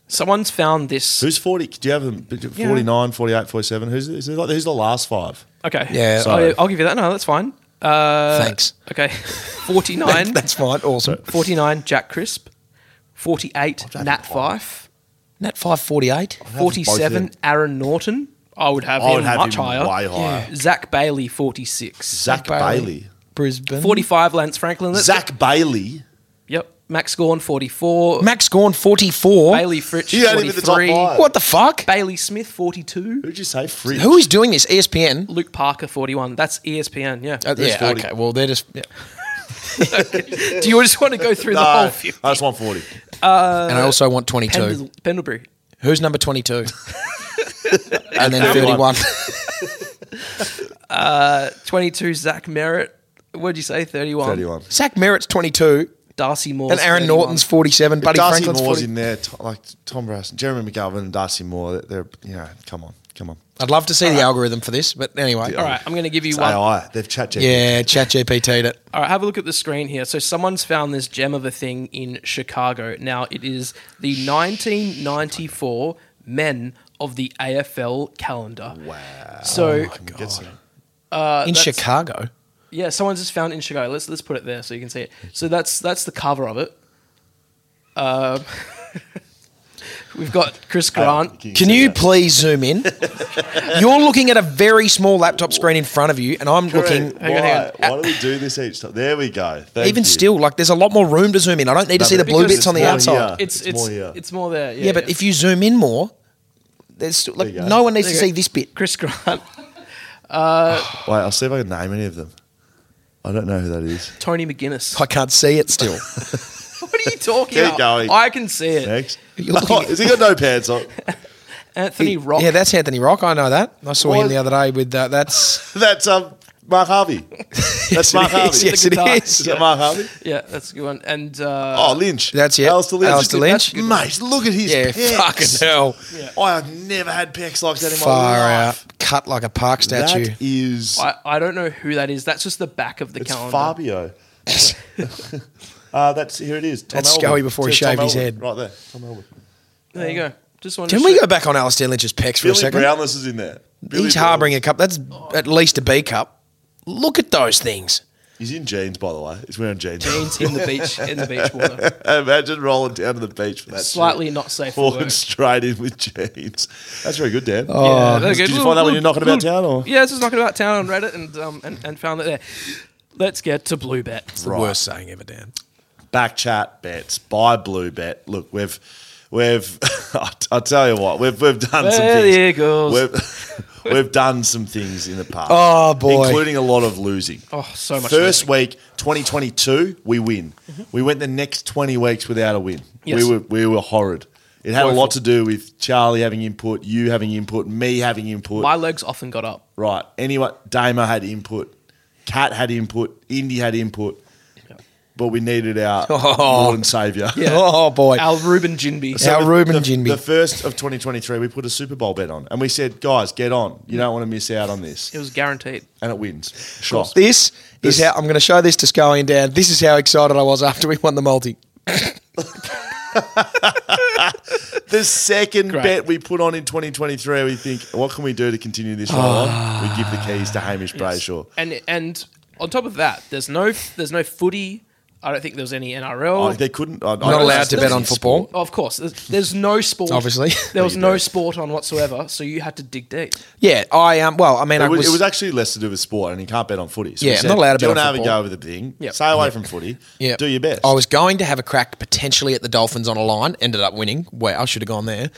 A: Someone's found this.
E: Who's 40? Do you have him? 49, 48, 47? Who's, is it like, who's the last five?
A: okay.
D: Yeah.
A: So I'll, I'll give you that. No, that's fine. Uh,
D: Thanks.
A: Okay. 49.
D: That's fine. Awesome.
A: 49, Jack Crisp. 48, Nat Fife.
D: Nat 548.
E: I'd have both of them.
A: 47, Aaron Norton. I would have
E: I
A: him
E: would have
A: much
E: him
A: higher.
E: way higher.
A: Zach Bailey, 46.
E: Zach
D: Bailey.
E: Bailey.
D: Brisbane.
A: 45, Lance Franklin. Let's-
E: Zach Bailey.
A: Yep. Max Gorn, 44.
D: Max Gorn, 44.
A: Bailey Fritch,
E: You had him in the top
A: 43.
E: five.
D: What the fuck?
A: Bailey Smith, 42.
E: Who'd you say? Fritz.
D: Who is doing this? E ESPN?
A: Luke Parker, 41. That's E ESPN, yeah.
D: Uh,
E: Who's
D: yeah,
E: 40?
D: okay. Well, they're just. Yeah.
A: Do you just want to go through
E: No,
A: the whole
E: I
A: few?
E: just want 40.
D: and I also want 22.
A: Pendle- Pendlebury.
D: Who's number 22? and then 31.
A: Uh, 22, Zach Merritt. What'd you say? 31.
E: 31.
D: Zach Merritt's 22
A: Darcy Moore.
D: and Aaron Norton's 47.
E: If
D: Buddy
E: Darcy
D: Franklin's
E: Moore's
D: 40.
E: in there, Tom, like Tom Brass, Jeremy McGovern, and Darcy Moore. They're, they're you know, come on, come on.
D: I'd love to see
E: Uh,
D: the algorithm for this, but anyway.
A: All right, I'm going to give you
E: It's
A: one.
E: AI. They've chat GPT.
D: Yeah, ChatGPT'd it.
A: All right, have a look at the screen here. So someone's found this gem of a thing in Chicago. Now it is the 1994 men of the AFL calendar.
E: Uh,
A: Wow. So
E: oh
A: uh,
E: Get some-
D: in Chicago.
A: yeah, someone's just found it in Chicago. Let's let's put it there so you can see it. So that's that's the cover of it. Um, we've got Chris Grant.
D: Can you please zoom in? You're looking at a very small laptop screen in front of you, and I'm
A: hang
D: looking.
A: on, hang on.
E: Why, why do we do this each time? There we go. Thank
D: Even
E: you.
D: still, like there's a lot more room to zoom in. I don't need to
E: No,
D: see the
E: but
D: blue
E: because
D: bits on the
E: it's more here.
D: outside.
A: It's
E: It's
A: it's it's
E: more
A: more,
E: here.
A: there. Yeah,
D: Yeah, but if you zoom in more, there's still, like
E: There you go.
D: no one needs to
A: There you
D: see
A: go.
D: this bit.
A: Chris Grant,
E: Wait, I'll see if I can name any of them. I don't know who that is.
A: Tony McGuinness.
D: I can't see it still.
A: What are you talking
E: Keep
A: about?
E: going.
A: I can see it.
E: Next.
D: You're looking
E: Oh,
D: at-
E: has he got no pants on?
A: Anthony Rock.
D: Yeah, that's Anthony Rock. I know that. I saw him
E: Why-
D: the other day with uh, that's.
E: That's um, Mark Harvey. That's Mark
D: it
E: Harvey.
D: is. Yes,
A: The
D: it
A: guitar.
E: Is
D: is.
E: that Mark Harvey?
A: Yeah, that's a good one. And uh,
E: Oh, Lynch.
D: That's it.
E: Alistair Lynch.
D: Alistair Lynch.
E: Mate, look at his
D: Yeah,
E: pecs.
D: fucking hell.
E: I have never had pecs like that in my
D: Far
E: life.
D: out, cut like a park statue.
E: That is
A: I, I don't know who that is. That's just the back of the
E: it's
A: calendar.
E: Fabio. uh, that's here it is. Tom
D: That's
E: Elwood.
D: Scully before he
E: It's Tom
D: shaved his
E: Elwood,
D: head.
E: Right there. Tom Elwood.
A: There you go. Just wanted
D: Can
A: to
D: we
A: show-
D: go back on Alistair Lynch's pecs for a
E: Billy
D: second?
E: Brownless is in there. Billy
D: He's
E: Brownless.
D: harbouring a cup. That's at least a B cup. Look at those things.
E: He's in jeans, by the way. He's wearing jeans.
A: Jeans in the beach in the beach water.
E: Imagine rolling down to the beach for that.
A: Slightly
E: shit.
A: not safe for
E: Falling
A: work.
E: straight in with jeans. That's very good, Dan.
D: Oh,
A: Yeah, they're
E: Did
A: good.
E: you find that when you're knocking about
A: Little-
E: town? Or?
A: Yeah, this is knocking about town on Reddit and um and, and found that there. Let's get to Blue Bet.
D: It's the worst saying ever, Dan.
E: back chat bets, buy blue bet. Look, we've we've I'll tell you what, we've we've done some
A: Well,
E: things.
A: the Eagles.
E: We've we've done some things in the past.
D: Oh, boy.
E: Including a lot of losing.
A: Oh, so much Mm-hmm.
E: First week, 2022, we win. We went the next 20 weeks without a win.
A: Yes.
E: We were we were horrid. It had a
A: Woeful.
E: lot to do with Charlie having input, you having input, me having input.
A: My legs often got up.
E: Right. Anyway, Damo had input. Cat had input. Indy had input. But we needed our Uh, Lord and Saviour.
D: Oh boy.
A: Al Ruben Jinby.
D: Our
E: the-
D: Ruben
E: the,
D: Jinbi.
E: The first of 2023, we put a Super Bowl bet on. And we said, guys, get on. You don't want to miss out on this.
A: It was guaranteed.
E: And it wins. Shot.
D: this,
E: This-
D: is how I'm going to show this to Scully and Dan. This is how excited I was after we won the multi.
E: The second
A: Great.
E: bet we put on in 2023, we think, what can we do to continue this roll
D: Ah.
E: on? We give the keys to Hamish Brayshaw.
A: And and on top of that, there's no there's no footy. I don't think there was any
E: Oh,
A: NRL.
E: they couldn't. I,
D: Not allowed to bet on football.
A: Of course, there's, there's no sport.
D: Obviously.
A: there was no sport on whatsoever, so you had to dig deep.
D: Yeah, I um. Well, I mean, I
E: It was,
D: was,
E: it was actually less to do with sport, and you can't bet on footy. So
D: Yeah,
E: we
D: I'm not allowed to
E: do
D: bet
E: you
D: on
E: wanna
D: football."
E: have a go with the thing.
A: Yep.
E: Stay away from footy.
D: yeah. Oh.
E: Do your best.
D: I was going to have a crack potentially at the Dolphins on a line. Ended up winning. Wait, I should have gone there,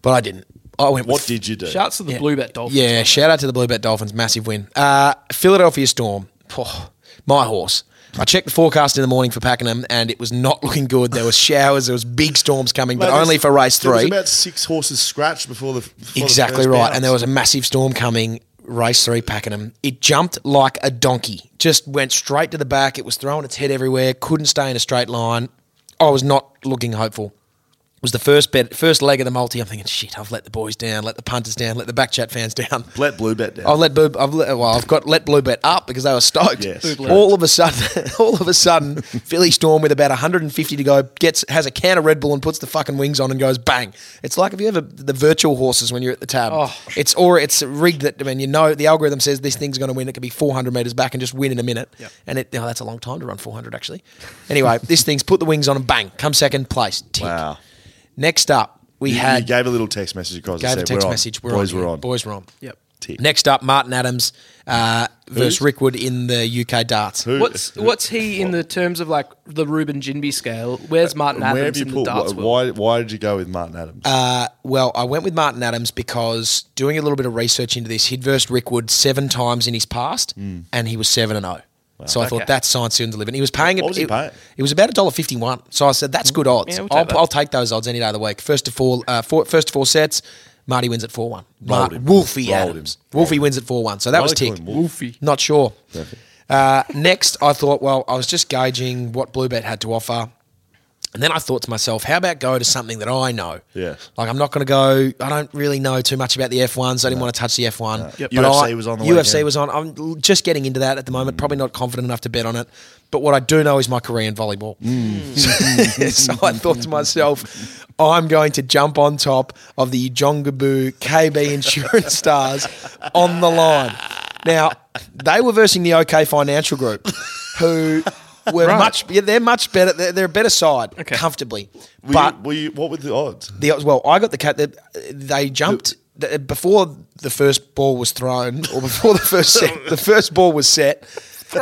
D: but I didn't. I went.
E: What
D: with-
E: did you do?
A: Shouts to the Blue Bet Dolphins.
D: Yeah, shout out to the Blue Bet Dolphins, massive win. Uh, Philadelphia Storm, Poh, my horse. I checked the forecast in the morning for Pakenham, and it was not looking good. There was showers, there was big storms coming, but
E: Mate,
D: only
E: there's-
D: for race
E: There was
D: three.
E: about six horses scratched before the before
D: Exactly
E: the first
D: right,
E: bounce.
D: and there was a massive storm coming. Race three, Pakenham. It jumped like a donkey. Just went straight to the back. It was throwing its head everywhere. Couldn't stay in a straight line. I was not looking hopeful. It was the first bet, first leg of the multi. I'm thinking, shit, I've let the boys down, let the punters down, let the back chat fans down.
E: let blue bet down.
D: I've let Blue, I've let, well, I've got let Blue Bet up because they were stoked.
E: Yes, Blue
D: all of a sudden, all of a sudden, Philly Storm with about 150 to go gets has a can of Red Bull and puts the fucking wings on and goes bang. It's like if you ever the virtual horses when you're at the tab.
E: Oh.
D: It's or it's rigged that I mean you know the algorithm says this thing's going to win. It could be 400 meters back and just win in a minute. And it oh, that's a long time to run 400 actually. Anyway, this thing's put the wings on and bang, come second place. Tick.
E: wow.
D: Next up, we
E: You,
D: had
E: you gave a little text message across. and
D: gave a
E: said,
D: text
E: we're on.
D: message. We're
E: boys
D: on.
E: were
D: yeah.
E: on.
D: Boys were on.
A: Yep.
E: Tick.
D: Next up, Martin Adams uh, versus Rickwood in the UK darts.
E: Who-
A: What's what's he in the terms of like the Ruben Jinby scale? Where's Martin
E: Uh, Where
A: Adams
E: have you
A: in
E: put?
A: the darts
E: wh-
A: world?
E: Why? Why did you go with Martin Adams?
D: Uh, Well, I went with Martin Adams because doing a little bit of research into this, he'd versed Rickwood seven times in his past,
E: Mm.
D: and he was seven and zero. So I
A: Okay.
D: thought that's sign soon to live. And he was paying.
E: What was he
D: it,
E: paying? Mm.
D: It was about a dollar fifty-one. So I said that's good odds.
A: Yeah, we'll take
D: I'll,
A: that.
D: I'll take those odds any day of the week. First to four, uh, four first to four sets. Marty wins at 4 1.
E: Rolled him.
D: Wolfie
E: Rolled
D: Adams.
E: him.
D: Wolfie wins at 4 1. So that
E: Why
D: was
E: do they
D: tick.
E: call him Wolf?
A: Wolfie.
D: Not sure. Uh, next, I thought, well, I was just gauging what Bluebet had to offer. And then I thought to myself, how about go to something that I know?
E: Yeah.
D: Like, I'm not going to go, I don't really know too much about the F1s. I didn't want to touch the F1.
E: Yep.
D: But
E: UFC
D: I-
E: was on the Mm.
D: UFC
E: weekend.
D: was on. I'm l- just getting into that at the moment. Probably not confident enough to bet on it. But what I do know is my career in volleyball.
E: Mm.
D: so I thought to myself, I'm going to jump on top of the Jongabu KB Insurance Stars on the line. Now, they were versing the OK Financial Group, who were
A: Right.
D: much, yeah, they're much better. They're, they're a better side
A: Okay.
D: comfortably.
E: Were
D: but
E: you, were you, what were the odds?
D: the well, I got the cat. That they jumped the, before the first ball was thrown, or before the first set, the first ball was set.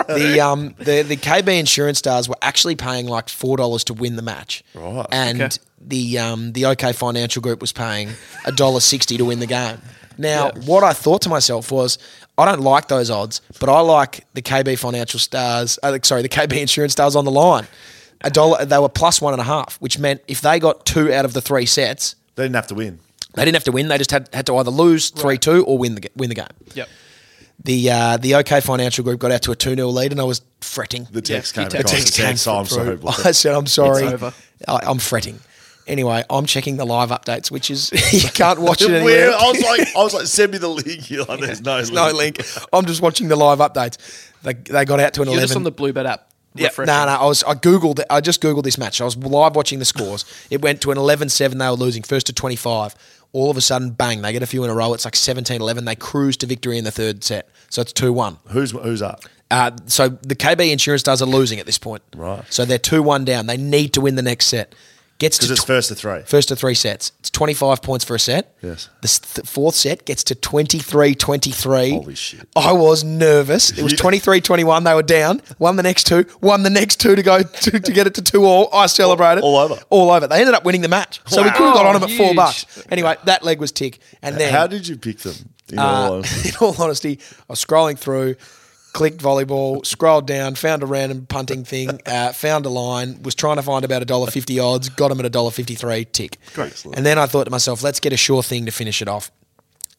D: The um the the KB Insurance Stars were actually paying like four dollars to win the match, right? And
A: Okay.
D: the um the OK Financial Group was paying a dollar sixty to win the game. Now, what I thought to myself was, I don't like those odds, but I like the KB Financial Stars. Uh, sorry, the KB Insurance Stars on the line. A dollar. They were plus one and a half, which meant if they got two out of the three sets,
E: They didn't have to win.
D: they didn't have to win. They just had, had to either lose three two or win the ga- win the game.
A: Yep.
D: The uh, the OK Financial Group got out to a two 0 lead, and I was fretting.
E: The text
A: Yeah,
E: came
A: the
E: across.
A: text
E: and
A: came
E: said, "Oh, I'm sorry, Blake."
D: I said, "I'm sorry,
A: It's over.
D: I, I'm fretting." Anyway, I'm checking the live updates, which is you can't watch it anywhere.
E: Where- I was like, I was like, send me the link. You're like, there's no link.
D: no link. I'm just watching the live updates. They, they got out to an
A: You're
D: 11.
A: just on the Bluebet app.
D: Yeah, no, no. I was I googled. it- I just googled this match. I was live watching the scores. It went to an 11-7. They were losing first to 25. All of a sudden, bang! They get a few in a row. It's like 17-11. They cruise to victory in the third set. So it's two one.
E: Who's who's up?
D: Uh, so the KB Insurance Stars are losing at this point.
E: Right.
D: So they're two one down. They need to win the next set. Gets
E: Because
D: to
E: it's
D: tw-
E: first to three.
D: First to three sets. It's 25 points for a set.
E: Yes.
D: The s- th- fourth set gets to 23 23.
E: Holy shit.
D: I was nervous. It was 23 21. They were down. Won the next two. Won the next two to go to, to get it to two all. I celebrated.
E: All over.
D: All over. They ended up winning the match. So we
E: Wow.
D: could have got on them at four
A: Huge.
D: bucks. Anyway, that leg was tick. And then
E: How did you pick them? In all honesty?
D: Uh, in all honesty, I was scrolling through, clicked volleyball, scrolled down, found a random punting thing, uh, found a line, was trying to find about a dollar fifty odds, got them at a dollar fifty three, tick. And then I thought to myself, let's get a sure thing to finish it off.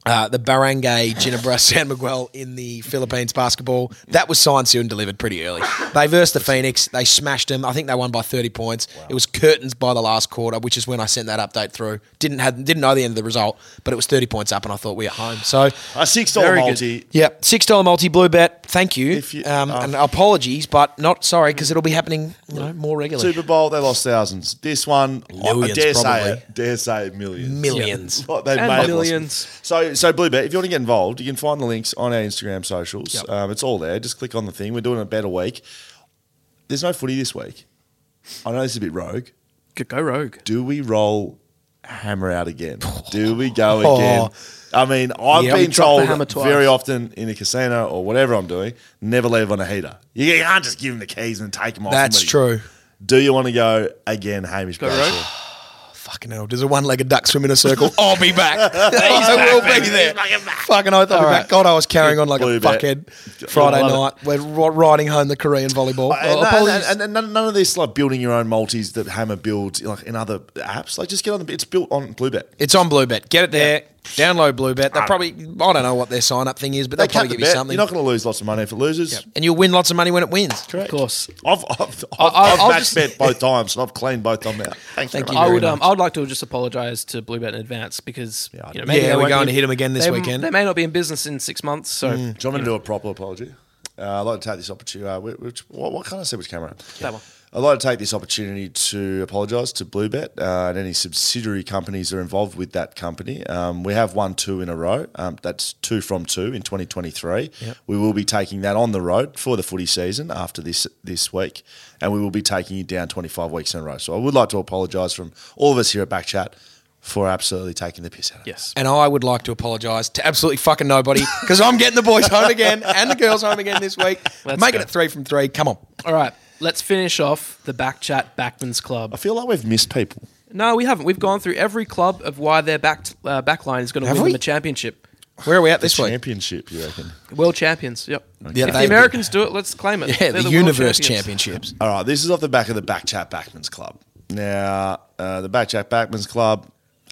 D: Uh, the Barangay Ginebra San Miguel in the Philippines basketball. That was signed, sealed, and delivered pretty early. They versed the Phoenix. They smashed them. I think they won by 30 points. It was curtains by the last quarter, which is when I sent that update through. Didn't had, didn't know the end of the result, but it was 30 points up, and I thought we are home. So
E: A six dollar
A: Very good.
E: multi.
D: yeah, six dollar multi blue bet. Thank you,
E: If you-
D: um,
E: oh.
D: and apologies, but not sorry because it'll be happening you know, more regularly.
E: Super Bowl, they lost thousands. This one,
D: Millions,
E: I dare
D: probably.
E: say it, dare say it, millions.
D: Millions.
E: Like, they
A: And
E: may have lost
A: millions.
E: them. So, so Bluebet, if you want to get involved, you can find the links on our Instagram socials. Um, it's all there. Just click on the thing. We're doing a better week. There's no footy this week. I know this is a bit rogue.
A: Could go rogue.
E: Do we roll hammer out again? Do we go again? I mean, I've
D: Oh. Yeah, we
E: been
D: dropped the
E: told
A: hammer twice.
E: very often in a casino or whatever I'm doing, never leave on a heater. You can't just give them the keys and take them off.
D: That's
E: somebody.
D: true.
E: Do you want to go again, Hamish?
A: Go
E: Bradshaw?
A: rogue.
D: Oh, Fucking hell! Does a one-legged duck swim in a circle? I'll be back. I will be there. Fucking oath, I'll be back. God, I was carrying on like
E: Blue
D: a
E: bet.
D: fuckhead Friday night.
E: Love
D: We're ri- riding home the Korean volleyball.
E: And,
D: Oh, apologies.
E: and, and, and none- none of this like building your own multis that Hammer builds like in other apps. Like just get on the. It's built on Bluebet.
D: it's on Bluebet. Get it there. Download Bluebet. They probably I don't know what their sign-up thing is, but they'll
E: Ah. They cap
D: probably
E: the
D: give you
E: bet.
D: something.
E: You're not going to lose lots of money if it loses.
D: and you'll win lots of money when it wins.
A: Of course.
E: I've, I've, I've,
A: I-
E: I've
A: I'll
E: match
A: just-
E: bet both times and I've cleaned both of them out. Thanks
D: Thank
E: very
D: you
E: much.
A: I
D: very
A: would. Um,
D: much.
A: I would like to just apologise to Bluebet in advance because
E: Yeah, I
A: you know,
E: know.
A: maybe
D: Yeah,
A: they
D: we're
A: won't be-
D: going to hit 'em again this
A: they-
D: weekend. Mm.
A: They may not be in business in six months, so
E: Do you want me to do a proper apology? Uh, I'd like to take this opportunity. Uh, which, which- what, what can I say? Which camera?
A: That one.
E: I'd like to take this opportunity to apologise to Bluebet uh, and any subsidiary companies that are involved with that company. Um, we have won two in a row. Um, that's two from two in 2023. We will be taking that on the road for the footy season after this this week, and we will be taking it down 25 weeks in a row. So I would like to apologise from all of us here at Backchat for absolutely taking the piss out of it.
A: yes,
D: And I would like to apologise to absolutely fucking nobody because I'm getting the boys home again and the girls home again this week.
A: Let's
D: Making
A: go.
D: it three from three. Come on.
A: all right. Let's finish off the back chat Backman's Club.
E: I feel like we've missed people.
A: No, we haven't. We've gone through every club of why their back uh, back line is going to
D: Have
A: win
D: we?
A: them a championship.
D: Where are we at this week?
E: Championship, you reckon?
A: World champions. Yep.
D: Yeah,
A: if
D: they-
A: the Americans do it, let's claim it.
D: Yeah,
A: They're
D: the,
A: world
D: universe
A: champions.
D: championships.
E: All right, this is off the back of the Backchat Backman's Club. Now, uh, the Backchat Backman's Club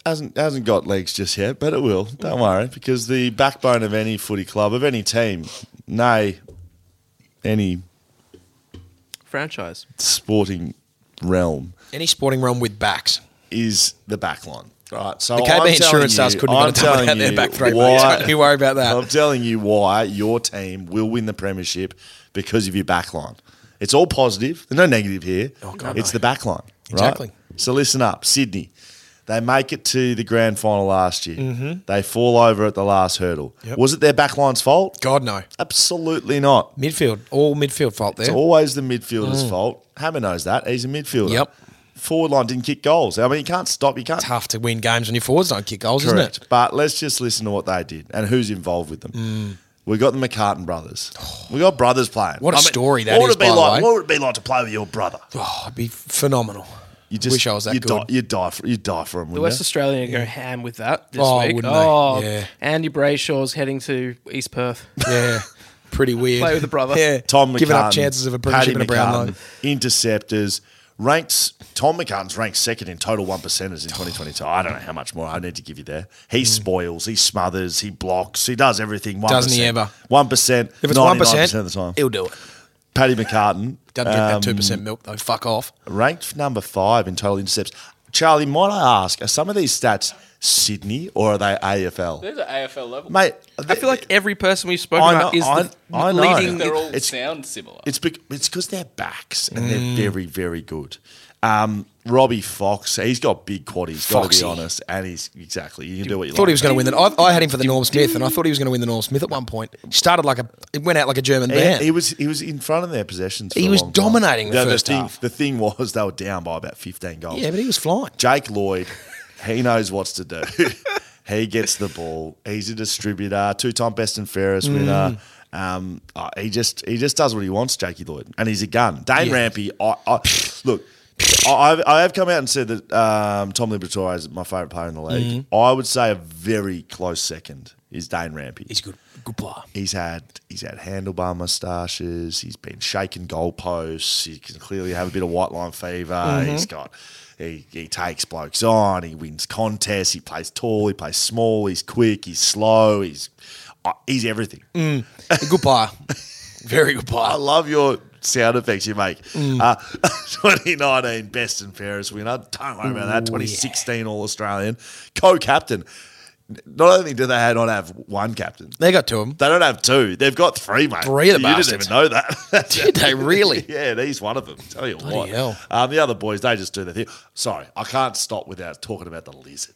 E: hasn't hasn't got legs just yet, but it will. Don't worry, because the backbone of any footy club, of any team, nay, any
A: franchise.
E: sporting realm,
D: Any sporting realm with backs.
E: is the back line. Right. So
D: The
E: I'm
D: KB insurance
E: telling
D: does
E: you-
D: couldn't have
E: I'm
D: got a
E: telling
D: out their
E: you
D: back three
E: why-
D: weeks. Don't you worry about that.
E: I'm telling you why your team will win the premiership because of your back line. It's all positive. There's no negative here.
D: Oh, God,
E: it's
D: no.
E: the back line. right?
D: Exactly.
E: So listen up, Sydney. They make it to the grand final last year.
D: Mm-hmm.
E: They fall over at the last hurdle. Was it their back line's fault?
D: God no.
E: Absolutely not.
D: Midfield, all midfield fault there.
E: It's always the midfielder's fault. Hammer knows that. He's a midfielder.
D: Mm. Yep.
E: Forward line didn't kick goals. I mean, you can't stop. You can't
D: tough to win games when your forwards don't kick goals,
E: Correct.
D: isn't it?
E: But let's just listen to what they did and who's involved with them.
D: Mm.
E: We got the McCartan brothers. We got brothers playing.
D: What a
E: a
D: story that
E: what
D: is,
E: Would it be
D: by the
E: like,
D: way.
E: What would it be like to play with your brother?
D: Oh, it'd be phenomenal.
E: You
D: wish I was that
E: you
D: good.
E: Die, you die for you die for him.
A: The
E: wouldn't
A: West
E: you?
A: Australian go ham with that this
D: Oh,
A: week.
D: wouldn't they?
A: oh,
D: Yeah.
A: Andy Brayshaw's heading to East Perth.
D: yeah, pretty weird.
A: Play with a brother.
D: Yeah,
E: Tom McCartan,
D: giving up chances of a
E: Paddy
D: premiership and a brown line.
E: McCartan, interceptors. Ranks Tom McCartan's ranked second in total one percenters in 2022. I don't know how much more I need to give you there.
D: Hmm.
E: He spoils, he smothers, he blocks, he does everything. 1%,
D: Doesn't he ever?
E: One percent.
D: If it's one
E: 99%
D: percent,
E: of the time,
D: he'll do it.
E: Paddy McCartan
D: Doesn't drink
E: um,
D: that two percent milk though. Fuck off.
E: ranked number five in total intercepts. Charlie, might I ask, are some of these stats Sydney or are they AFL?
F: There's an AFL level.
E: Mate,
A: I feel like every person we've spoken
E: I
A: about
E: know-
A: is the
E: I- I know.
A: leading.
F: they're all
E: it's-
F: sound similar.
E: it's bec- it's because they're backs and
D: Mm.
E: they're very very good. Um, Robbie Fox, he's got big quad. He's got to be
D: Foxy.
E: honest, and he's exactly you can do what you
D: Thought
E: like.
D: he was going to win the. I, I had him for the Norm Smith, and I thought he was going to win the Norm Smith at one point. He started like a. It went out like a German
E: he,
D: band.
E: he was he was in front of their possessions. for
D: He
E: a
D: was
E: long time.
D: dominating the first
E: thing,
D: half.
E: The thing was they were down by about fifteen goals.
D: yeah, but he was flying.
E: Jake Lloyd, he knows what's to do. he gets the ball. He's a distributor, two-time best and fairest winner. Um, uh, he just he just does what he wants, Jakey Lloyd, and he's a gun. Dane
D: Yeah.
E: Rampy, I, I look. I, I've- I have come out and said that um, Tom Liberatore is my favourite player in the league. I would say a very close second is Dane Rampy.
D: He's good. Good player.
E: He's had he's had handlebar moustaches. He's been shaking goalposts. He can clearly have a bit of white line fever. He's got he, he takes blokes on. He wins contests. He plays tall. He plays small. He's quick. He's slow. He's uh, he's everything.
D: A good player. Very good
E: I
D: player.
E: love your sound effects you make. Uh, 2019 best and fairest winner. Don't worry about that. 2016 All Australian co-captain. Not only do they not have one captain,
D: They got to him.
E: they don't have two. They've got three, mate.
D: Three of the
E: You didn't
D: bastards.
E: even know that.
D: Did they really?
E: yeah, he's one of them. Tell you what.
D: hell.
E: Um, the other boys, they just do their thing. Sorry, I can't stop without talking about the lizard.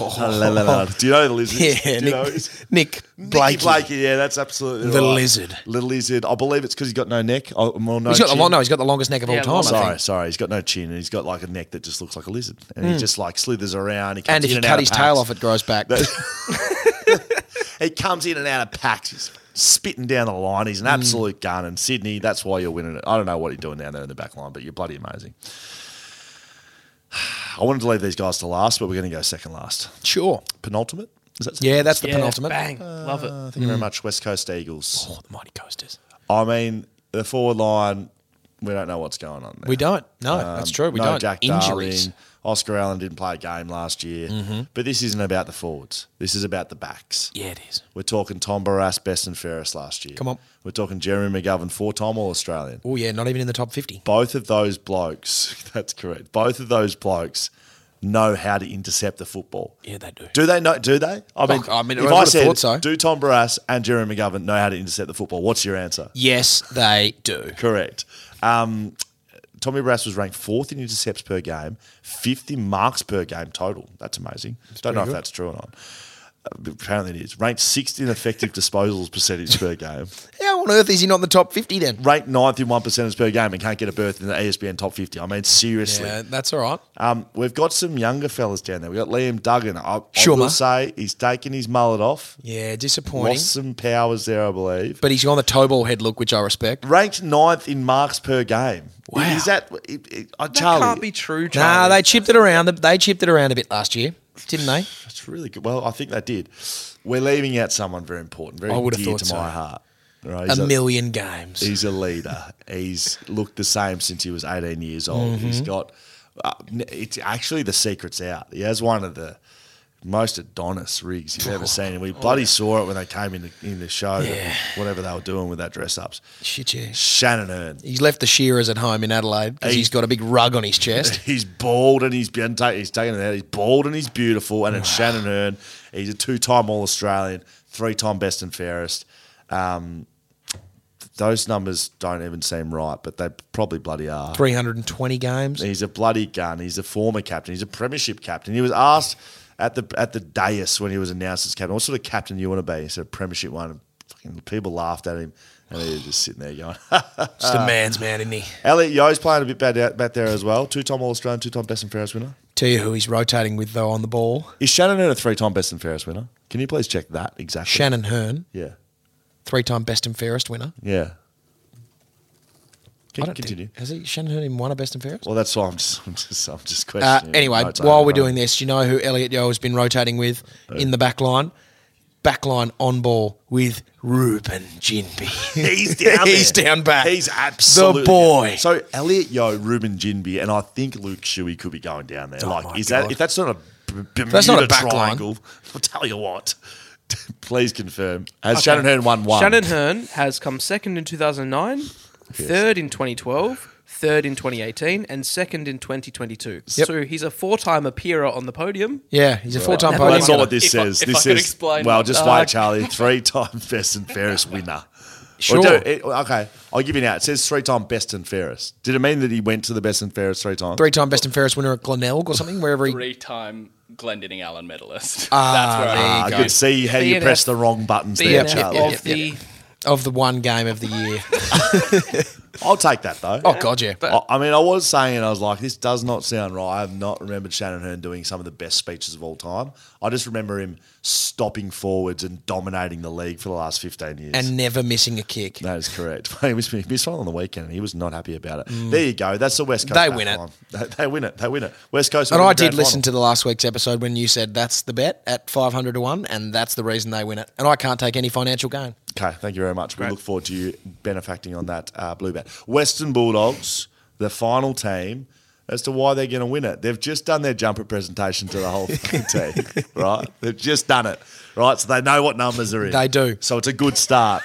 E: La, la, la. Do you know the lizard?
D: Yeah,
E: Do you
D: Nick,
E: know?
D: Nick
E: Blakey.
D: Blakey.
E: Blakey, yeah, that's absolutely
D: The
E: right.
D: lizard.
E: Little lizard. I believe it's because he's got no neck. Oh, well, no
D: He's got the
E: chin.
D: long, no, he's got the longest neck of all
A: Yeah,
D: time.
A: long-
D: I think.
E: Oh, Sorry, sorry. He's got no chin, and he's got like a neck that just looks like a lizard, and he just like slithers around. He comes
D: Hmm. And if
E: in
D: you
E: out
D: cut his
E: packs.
D: tail off, it grows back.
E: He comes in and out of packs. He's spitting down the line. He's an
D: Hmm.
E: absolute gun. And Sydney, that's why you're winning it. I don't know what you're doing down there in the back line, but you're bloody amazing. I wanted to leave these guys to last, but we're going to go second last.
D: sure.
E: Penultimate? Is that
D: Yeah, that's the
A: Yeah,
D: penultimate.
A: Bang. Love it.
E: Thank
D: Hmm.
E: you very much, West Coast Eagles.
D: Oh, the mighty coasters.
E: I mean, the forward line, we don't know what's going on there.
D: We don't. Um, No, that's true. We
E: no
D: don't.
E: Jack
D: Injuries.
E: Darling. Oscar Allen didn't play a game last year.
D: Mm-hmm.
E: But this isn't about the forwards. This is about the backs.
D: Yeah, it is.
E: We're talking Tom Barras, best and fairest last year.
D: Come on.
E: We're talking Jeremy McGovern, four time All Australian.
D: Oh yeah, not even in the top fifty.
E: Both of those blokes, that's correct. Both of those blokes know how to intercept the football.
D: Yeah, they do.
E: Do they know? Do they? I mean,
D: Fuck, I mean, I
E: if
D: would
E: I,
D: have
E: said,
D: thought so.
E: do Tom Barras and Jeremy McGovern know how to intercept the football? What's your answer?
D: Yes, they do.
E: Correct. Um, Tommy Brass was ranked fourth in intercepts per game, fifth in marks per game total. That's amazing. Don't know if that's true or not. Uh, but Apparently it is. Ranked sixth in effective disposals percentage per game.
D: How on earth is he not in the top fifty then?
E: Ranked ninth in one percenters per game and can't get a berth in the E ESPN top fifty. I mean, seriously.
D: Yeah, that's all right.
E: Um, we've got some younger fellas down there. We've got Liam Duggan. I, I
D: Sure,
E: will
D: mate.
E: say he's taken his mullet off.
D: Yeah, disappointing.
E: Lost some powers there, I believe.
D: But he's got the toe ball head look, which I respect.
E: ranked ninth in marks per game.
D: Wow.
E: Is that it, it, uh,
A: That
E: Charlie?
A: can't be true,
D: Nah,
A: Charlie.
D: they chipped it around. They chipped it around a bit last year, didn't they?
E: That's really good. Well, I think they did. We're leaving out someone very important, very
D: I would have
E: dear
D: thought
E: to
D: so.
E: my heart. Right?
D: A
E: Oh, He's
D: million games. Mm-hmm.
E: He's a leader. He's looked the same since he was 18 years old. He's got Uh, n- it's actually the secret's out. He has one of the most Adonis rigs you've ever seen, and we
D: Oh.
E: bloody saw it when they came in the, in the show, whatever they were doing with that dress ups.
D: Shit, yeah.
E: Shannon Earn.
D: He's left the shearers at home in Adelaide because
E: Hey.
D: he's got a big rug on his chest.
E: He's bald and he's been ta- he's taken it out. He's bald and he's beautiful, and it's Shannon Hearn. He's a two-time All Australian, three-time Best and Fairest. Um, th- those numbers don't even seem right, but they probably bloody are.
D: 320 games.
E: He's a bloody gun. He's a former captain. He's a premiership captain. He was asked at the at the dais when he was announced as captain, "What sort of captain do you want to be?" He said, "Premiership one." And Fucking people laughed at him, and he was just sitting there going,
D: Just a man's man, isn't he?
E: "Elliot Yo's playing a bit bad out back there as well. Two-time All Australian, two-time Best and Fairest winner."
D: Tell you who he's rotating with though on the ball.
E: Is Shannon Hearn a three-time Best and Fairest winner? Can you please check that exactly?
D: Shannon Hearn,
E: Yeah.
D: three-time best and fairest winner.
E: Yeah.
D: I
E: Can
D: don't
E: continue.
D: Think, has he Shannon Hearn even won a best and fairest?
E: Well, that's why I'm just, I'm just, I'm just
D: Uh,
E: questioning.
D: anyway,
E: Rotating,
D: while we're
E: right?
D: doing this, do you know who Elliot Yo has been rotating with in the back line? Back line on ball with Ruben Jinby.
E: He's down
D: He's
E: there.
D: down back.
E: He's absolutely
D: The boy.
E: So Elliot Yo, Ruben Jinby, and I think Luke Shuey could be going down there.
D: Oh my
E: like, is
D: God.
E: that if that's not a B- Bermuda
D: that's not a back
E: triangle? I'll tell you what. Please confirm. Has Shannon Hearn won one?
A: Shannon Hearn has come second in 2009, third in 2012, third in 2018, and second in 2022.
D: Yep.
A: So he's a four-time appearer on the podium.
D: yeah, he's a four-time
A: Well,
E: Well,
D: podium.
E: that's not
A: If
E: what this
F: I- if
E: says.
F: I
E: this
F: could
E: is
F: explain
E: well,
F: what-
E: just
F: Uh,
E: wait, Charlie. Three-time best and fairest winner.
D: Sure.
E: Or do- it- okay, I'll give you now. It says three-time best and fairest. Did it mean that he went to the best and fairest three times?
D: Three-time best and fairest winner at Glenelg or something, wherever he
F: Three-time Glendinning Allen medalist.
D: Ah,
F: That's where
D: there
F: I
D: you
E: I
D: go.
E: could see how you
A: BNF.
E: pressed the wrong buttons
A: The
E: there,
A: end
E: Charlie.
D: yeah, yeah,
A: of the
D: of the one game of the year.
E: I'll take that though.
D: oh God, yeah.
E: I I mean, I was saying, I was like, this does not sound right. I have not remembered Shannon Hearn doing some of the best speeches of all time. I just remember him stopping forwards and dominating the league for the last 15 years.
D: and never missing a kick.
E: that is correct. he was he missed one on the weekend and he was not happy about it. There you go. That's the West Coast.
D: They win it.
E: it. They win it. They win it. West Coast.
D: And I did listen to the last week's episode when you said that's the bet at 500 to 1 and that's the reason they win it. And I can't take any financial gain.
E: Okay, thank you very much. We look forward to you benefacting on that uh, blue bat. Western Bulldogs, the final team, as to why they're going to win it. They've just done their jumper presentation to the whole fucking team, right? They've just done it, right? So they know what numbers are in.
D: They do.
E: So it's a good start.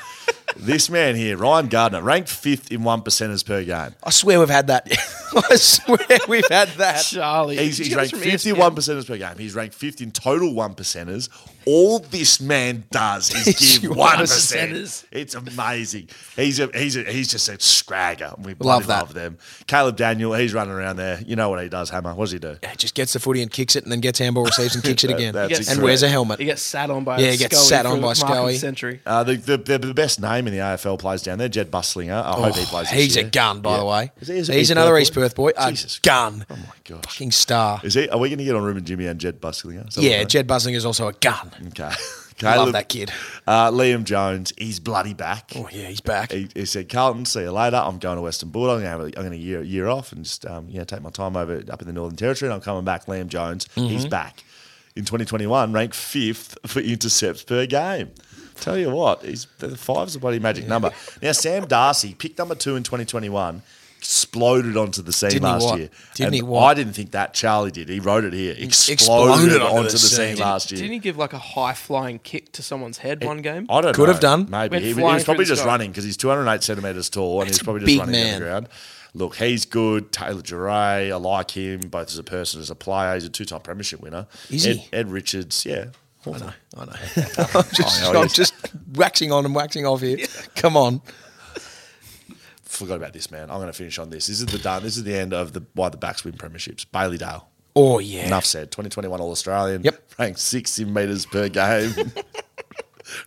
E: this man here, Ryan Gardner, ranked fifth in one percenters per game.
D: I swear we've had that. I swear we've had that.
A: Charlie,
E: He's,
A: Did
E: he's
A: you get this
E: ranked
A: from ESPN?
E: 51 percenters per game. He's ranked fifth in total one percenters. All this man does is give one percenters. It's amazing. He's a, he's a, he's just a scragger. We bloody
D: Love that.
E: love them. Caleb Daniel, he's running around there. You know what he does, Hammer. What does he do?
D: He just gets the footy and kicks it and then gets handball, receives and kicks it again.
E: That- that's
D: and wears a
E: correct.
D: helmet.
A: He gets sat on by
D: Yeah, he gets
A: Scully
D: sat on
A: for
D: by
A: Mark and
D: Scully.
A: Century.
E: Uh, the, the, the, the best name in the AFL plays down there, Jed Bustlinger. I hope he plays. this
D: Oh, He's a
E: year.
D: gun, by
E: Yeah.
D: the way.
E: Is he- is he
D: He's
E: East
D: another
E: Perth
D: East Perth boy. A
E: Jesus
D: gun.
E: Oh my gosh.
D: Fucking star.
E: Is he? Are we going to get on Ruben Jimmy and Jed Bustlinger? Is that what
D: Yeah,
E: we're doing?
D: Jed Buzzing is also a gun.
E: Okay.
D: Love that kid.
E: Uh, Liam Jones, he's bloody back.
D: Oh, yeah, he's back.
E: he, he said, Carlton, see you later. I'm going to Western Bulldogs. I'm going to, I'm going to year, year off and just um, you know take my time over up in the Northern Territory. And I'm coming back. Liam Jones, he's
D: Mm-hmm.
E: back in 2021, ranked fifth for intercepts per game. Tell you what, he's the five's a bloody magic number. Now Sam Darcy, pick number two in 2021. Exploded onto the scene
D: Didn't he
E: last
D: what?
E: year.
D: Didn't
E: and
D: he what?
E: I didn't think that. Charlie did. He wrote it here. Exploded,
D: Exploded
E: onto,
D: onto the
E: the
D: scene.
E: scene last year.
A: Didn't he give like a high flying kick to someone's head one game?
E: I don't
D: Could
E: know.
D: have done.
E: Maybe.
A: Went
E: He, he
A: flying
E: was
A: through
E: probably
A: the
E: just
A: sky.
E: running because he's 208 centimetres tall and
D: That's
E: he's probably
D: a
E: just
D: big
E: running
D: man.
E: on the ground. Look, he's good. Taylor Geray, I like him, both as a person, as a player. He's a two time premiership winner.
D: Is
E: Ed,
D: he?
E: Ed Richards, yeah.
D: I know. I know. I'm just,
E: I know he
D: I'm
E: is.
D: just waxing on and waxing off here. Come on.
E: Forgot about this man. I'm going to finish on this. This is the done. This is the end of the why the backs win premierships. Bailey Dale.
D: Oh, yeah.
E: Enough said. 2021 All Australian.
D: Yep.
E: Ranked six in metres per game.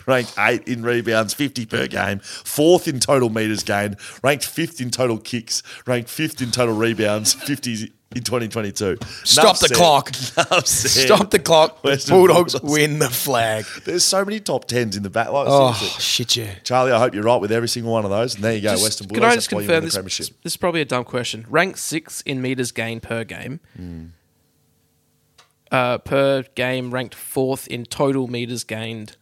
E: ranked eight in rebounds, 50 per game. Fourth in total metres gained. Ranked fifth in total kicks. Ranked fifth in total rebounds, 50 in 2022.
D: Stop
E: Enough
D: the
E: said.
D: clock.
E: Enough said.
D: Stop the clock.
E: Western
D: Bulldogs
E: Bulldogs.
D: win the flag.
E: There's so many top tens in the back. Like,
D: Oh,
E: seriously.
D: shit, yeah.
E: Charlie, I hope you're right with every single one of those. And there you go,
A: Just-
E: Uh, Western Bulldogs.
A: Can I just
E: That's why you
A: confirm
E: win the
A: this?
E: premiership.
A: This is probably a dumb question. Ranked sixth in meters gained per game.
E: Hmm.
A: Uh, per game, ranked fourth in total meters gained.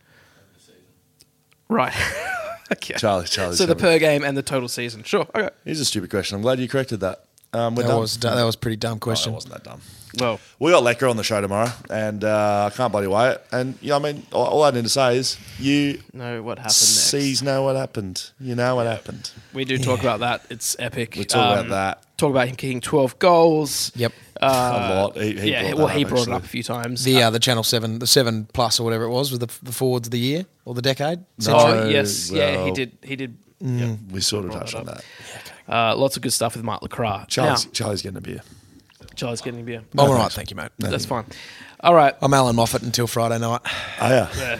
A: Right. okay.
E: Charlie, Charlie.
A: so the
E: Charlie.
A: per game and the total season. Sure. Okay.
E: Here's a stupid question. I'm glad you corrected that. Um, we're
D: That
E: done.
D: was that was a pretty dumb
E: Oh, that
D: question.
E: wasn't that dumb.
A: Well,
E: We got Lecker on the show tomorrow, and uh, I can't bloody wait. And you know, I mean, all, all I need to say is you
A: no, what happened next?
E: sees know what happened. You know what happened.
A: We do talk about that. It's epic.
E: We talk about that.
A: Talk about him kicking 12 goals.
D: Yep.
A: Um, Uh,
E: a lot. He, he
A: yeah,
E: brought
A: well,
E: that
A: he
E: up,
A: brought it up a
E: actually.
A: few times.
D: the uh, the Channel Seven, the Seven Plus or whatever it was, with the, the forwards of the year or the decade.
A: oh,
E: Centro,
A: yes. yeah, he
E: well,
A: did. He did.
E: We sort of touched on that.
A: Uh, lots of good stuff with Mark LaCroix.
E: Charlie's, Charlie's getting a beer.
A: Now, Charlie's getting a beer.
D: Oh, all right, thank you, mate.
A: That's fine. All right.
D: I'm Alan Moffat until Friday night.
E: Oh, yeah.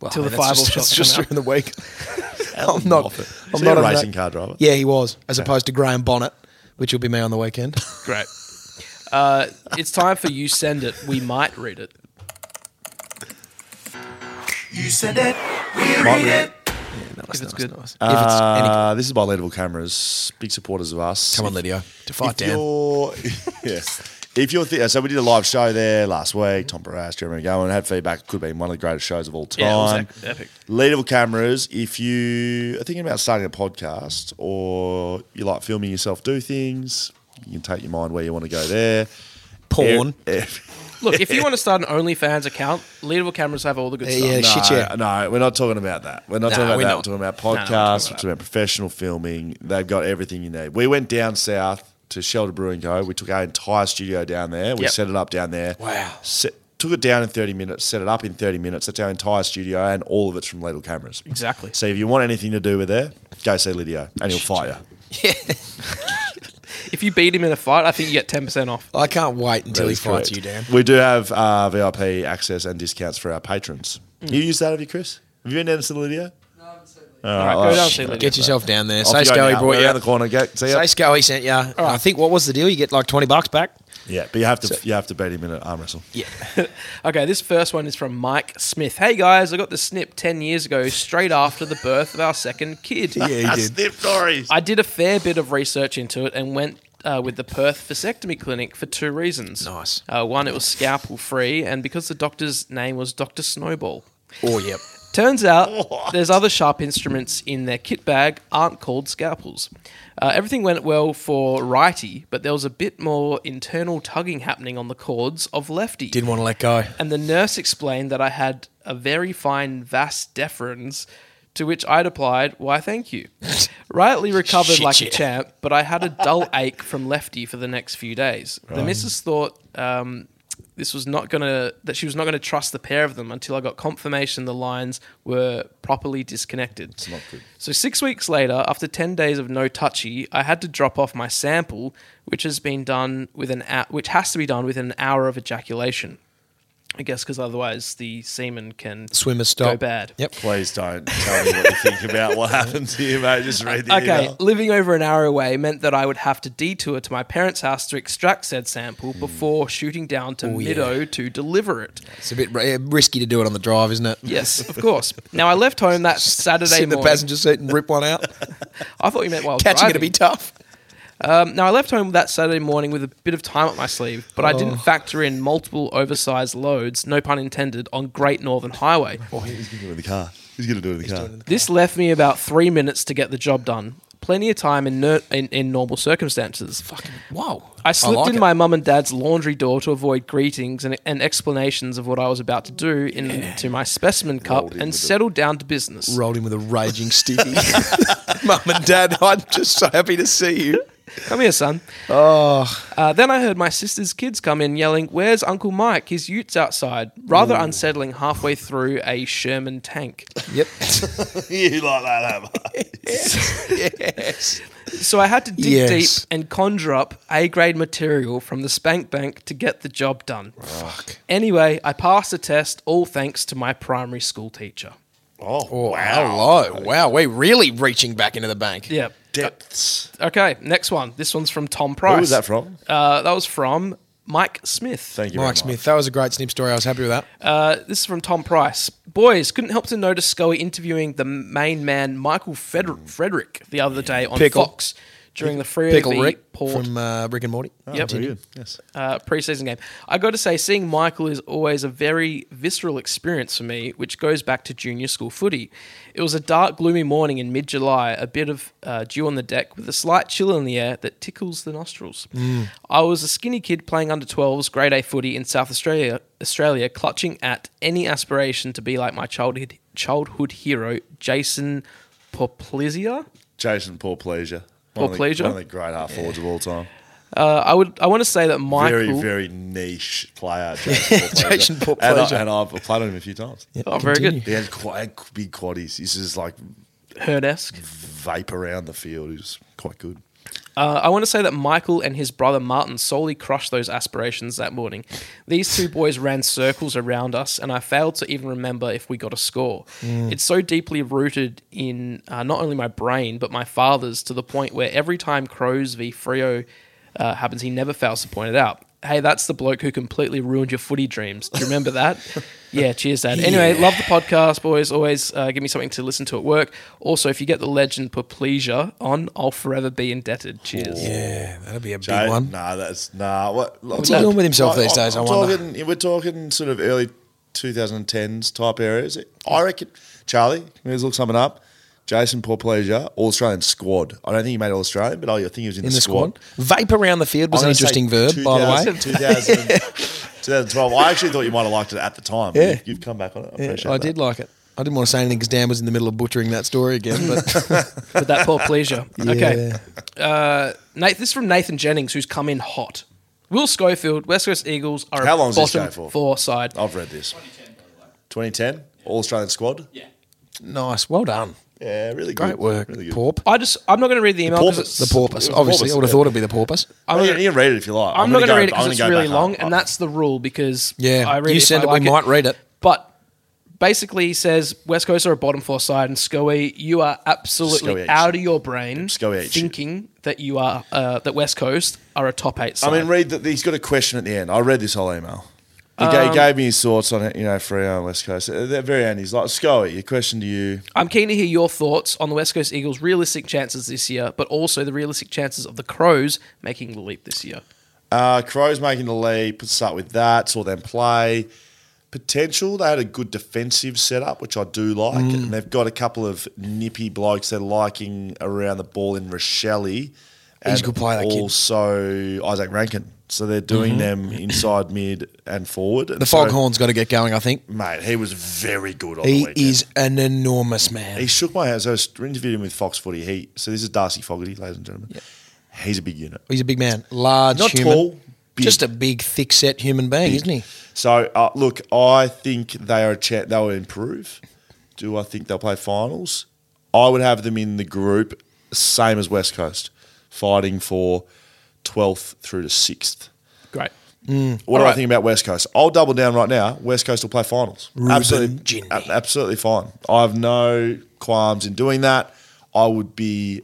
D: Well,
A: Till the
D: that's
A: five all
D: just,
A: shots
D: that's just
A: come out.
D: during the week. I'm not.
E: Moffat. Is
D: I'm
E: he a
D: not on
E: racing
D: that.
E: car driver?
D: Yeah, he was, as opposed to Graham Bonnet, which will be me on the weekend.
A: Great. Uh, it's time for You Send It. We might read it.
E: Might be it.
A: if it's good.
D: if it's any,
E: Uh, this is by Leadable Cameras, big supporters of us.
D: come on, Lydio, to fight
E: if
D: Dan.
E: you're, yeah. If you're thi- uh, so we did a live show there last week. Tom Barras, Jeremy Gowan had feedback. Could have been one of the greatest shows of all time.
A: Yeah, it was ec- epic.
E: Leadable cameras. If you are thinking about starting a podcast or you like filming yourself do things, you can take your mind where you want to go there.
D: Porn.
E: Eh, eh,
A: Look, if you want to start an OnlyFans account, leadable cameras have all the good
D: Yeah,
A: stuff.
D: yeah,
E: no,
D: shit, yeah.
E: no, we're not talking about that. We're not
D: Nah,
E: talking about
D: we're
E: that.
D: not.
E: We're talking about
A: No, we're not talking
E: podcasts.
A: about
E: we're talking about professional filming. They've got everything you need. We went down south to Shelter Brewing Co. We took our entire studio down there. We
A: Yep.
E: set it up down there.
D: Wow.
E: Set, took it down in 30 minutes, set it up in 30 minutes. That's our entire studio and all of it's from Lidl cameras.
A: Exactly.
E: So if you want anything to do with there, go see Lydio and he'll fire you.
A: If you beat him in a fight, I think you get 10% off.
D: I can't wait until
E: That
D: he
E: is
D: fights
E: correct.
D: you, Dan.
E: We do have uh, VIP access and discounts for our patrons.
A: Mm.
E: You use that, have you, Chris? Have you been down to see Lydio?
A: All
D: oh,
A: right, go down and see Lydia.
D: Get yourself down there.
E: Off
D: Say
E: you go
D: Scully
E: now.
D: brought
E: We're
D: you.
E: around the corner. Go, see ya.
D: Say Scully sent you. I think what was the deal? You get like twenty bucks back.
E: Yeah, but you have to you have to beat him in an arm wrestle. Yeah.
A: Okay, this first one is from Mike Smith. Hey guys, I got the snip 10 years ago, straight after the birth of our second kid.
E: he did. stories.
A: I did a fair bit of research into it and went uh, with the Perth vasectomy clinic for two reasons.
D: Nice.
A: Uh, one, it was scalpel free, and because the doctor's name was Dr. Snowball.
D: Oh yep.
A: Turns out there's other sharp instruments in their kit bag aren't called scalpels. Uh, everything went well for righty, but there was a bit more internal tugging happening on the cords of lefty.
D: Didn't want to let go.
A: And the nurse explained that I had a very fine vas deferens, to which I replied, Why, thank you. Rightly recovered
D: Shit,
A: like
D: yeah.
A: a champ, but I had a dull ache from lefty for the next few days. The missus thought um, this was not going to, that she was not going to trust the pair of them until I got confirmation the lines were properly disconnected. It's not good. So six weeks later, after 10 days of no touchy, I had to drop off my sample, which has been done with an, hou- which has to be done within an hour of ejaculation. I guess because otherwise the semen can
D: Swimmers stop.
A: Go bad.
D: Yep.
E: Please don't tell me what you think about what happened to you, mate. Just read the
A: Okay,
E: email.
A: living over an hour away meant that I would have to detour to my parents' house to extract said sample
D: Hmm.
A: before shooting down
D: Oh,
A: to Middo to deliver it.
D: It's a bit ri- risky to do it on the drive, isn't it?
A: Yes, of course. Now I left home that Saturday
D: Sit in the
A: morning.
D: passenger seat and rip one out.
A: I thought you meant while
D: Catching it'd
A: driving.
D: be tough.
A: Now, I left home that Saturday morning with a bit of time up my sleeve, but I
D: Oh.
A: didn't factor in multiple oversized loads, no pun intended, on Great Northern Highway.
E: Oh, he's gonna do it in the car. He's gonna do it in the car.
A: This left me about three minutes to get the job done. Plenty of time in, ner- in, in normal circumstances.
D: Wow.
A: I slipped
D: like
A: in
D: it.
A: my mum and dad's laundry door to avoid greetings and, and explanations of what I was about to do into my specimen cup and settled down to business.
D: rolled in with a raging sticky. Mum and Dad, I'm just so happy to see you.
A: Come here, son. Oh. Uh, then I heard my sister's kids come in yelling, Where's Uncle Mike? His ute's outside. Rather unsettling halfway through a Sherman tank.
D: Yep.
E: you like that, have
D: yes.
A: So I had to dig
D: Yes.
A: deep and conjure up A grade material from the spank bank to get the job done.
D: Fuck.
A: Anyway, I passed the test, all thanks to my primary school teacher.
E: Oh,
D: Oh,
E: wow.
D: hello. Wow, we're really reaching back into the bank.
A: Yeah.
E: Depths.
A: Okay, next one. This one's from Tom Price.
E: Where was that from?
A: Uh, that was from Mike Smith.
E: Thank you, very
D: Mike
E: much.
D: Smith, that was a great snip story. I was happy with that.
A: Uh, this is from Tom Price. Boys, couldn't help to notice Scully interviewing the main man, Michael Feder- Frederick, the other day on
D: Pickle.
A: Fox. during the free
D: Pickle
A: v
D: Rick
A: Port Oh,
D: from uh, Rick and Morty.
A: Yep.
E: Very good. Yes.
A: uh, preseason game. I got to say, seeing Michael is always a very visceral experience for me, which goes back to junior school footy. It was a dark, gloomy morning in mid July, a bit of uh, dew on the deck with a slight chill in the air that tickles the nostrils.
E: Mm.
A: I was a skinny kid playing under 12s, grade A footy in South Australia, Australia, clutching at any aspiration to be like my childhood, childhood hero, Jason Poplizia.
E: Jason Paul Pleasure.
A: Paul
E: One of the-
A: Pleasure?
E: One of the great half forwards of all time.
A: Uh, I would, I want to say that Michael.
E: Very, very niche player. Jason Paul Pleasure.
D: Jason Paul
E: And, I,
D: Pleasure.
E: and I've played on him a few times.
A: oh, very good.
E: He had quite big quaddies. He's just like
A: Herd-esque.
E: vape around the field. He's quite good.
A: Uh, I want to say that Michael and his brother Martin solely crushed those aspirations that morning. These two boys ran circles around us, and I failed to even remember if we got a score. It's so deeply rooted in uh, not only my brain, but my father's to the point where every time Crows v Frio uh, happens, he never fails to point it out. Hey, that's the bloke who completely ruined your footy dreams. Do you remember that? yeah, cheers, Dad. Anyway, love the podcast, boys. Always uh, give me something to listen to at work. Also, if you get the legend Paplesia on, I'll forever be indebted. Cheers.
D: Yeah, that'd be a big
E: No,
D: one.
E: Nah, that's nah. What,
D: What's he doing with himself these days, I
E: am
D: wonder?
E: Talking, we're talking sort of early 2010s type areas. I reckon Charlie. Let's look something up. Jason Portpleasure, All Australian squad. I don't think he made All Australian, but I think he was in,
D: In the squad. Vape around the field was
E: I'm
D: an
E: gonna say
D: interesting verb, by the
E: 2000,
D: way.
E: 2000, 2012. I actually thought you might have liked it at the time.
D: Yeah.
E: You've, you've come back on it. I
D: Yeah,
E: appreciate
D: I
E: that.
D: did like it. I didn't want to say anything because Dan was in the middle of butchering that story again. But
A: With that poor pleasure. Okay. Uh, Nate, this is from Nathan Jennings, who's come in hot. Will Schofield, West Coast Eagles are
E: How
A: a
E: long's this
A: bottom
E: going for? Oh.
A: four side.
E: I've read this. 2010, All Australian squad. Yeah,
D: nice, well done,
E: really good.
D: great work,
E: Really good.
D: Porp.
A: I just, I'm not going to read the email. 'cause
E: Porpoise.
A: it's-
D: The porpoise,
E: It was
D: obviously, I would have
E: yeah.
D: thought it'd be the porpoise.
A: I'm
E: you,
A: gonna-
E: can, you can read it if you like.
A: I'm, not going to
E: gonna
A: read it
E: go-
A: because
E: I'm
A: it's
E: gonna go
A: really
E: back
A: long,
E: up.
A: and that's the rule. Because
D: Yeah,
A: I read
D: you
A: if
D: said
A: I
D: it,
A: like
D: we might read it.
A: But basically, he says West Coast are a bottom four side, and Scoey, you are
E: Scoey
A: absolutely
E: ain't
A: out
E: shit.
A: of your brain
E: Scoey ain't shit.
A: thinking that you are uh, that West Coast are a top eight side.
E: I mean, read that. He's got a question at the end. I read this whole email. He ga-
D: Um,
E: gave me his thoughts on it, you know, for our West Coast. At the very end, he's like, Scully, your question to you.
A: I'm keen to hear your thoughts on the West Coast Eagles' realistic chances this year, but also the realistic chances of the Crows making the leap this year.
E: Uh, Crows making the leap. Let's start with that. Saw them play. Potential. They had a good defensive setup, which I do like.
D: Mm.
E: And they've got a couple of nippy blokes they're liking around the ball in Rochelle. He's
D: a good player, that kid. Mm-hmm.
E: Also, Isaac Rankin. So they're doing them inside, mid, and forward. And
D: The
E: so-
D: foghorn's got to get going. I think
E: Mate, he was very good on the
D: he
E: weekend.
D: is an enormous man.
E: He shook my hand. So I was interviewed him with Fox Footy. He so this is Darcy Fogarty, ladies and gentlemen. He's a big unit,
D: He's a big man, large,
E: not
D: human,
E: tall, big.
D: just a big, thick-set human being, isn't he?
E: So uh, look, I think they are a chat. They will improve. Do I think they'll play finals? I would have them in the group, same as West Coast, fighting for twelfth through to sixth.
A: Great.
E: What do I think about West Coast? I'll double down right now. West Coast will play finals. absolutely,
D: Gindney.
E: ab- absolutely fine. I have no qualms in doing that. I would be,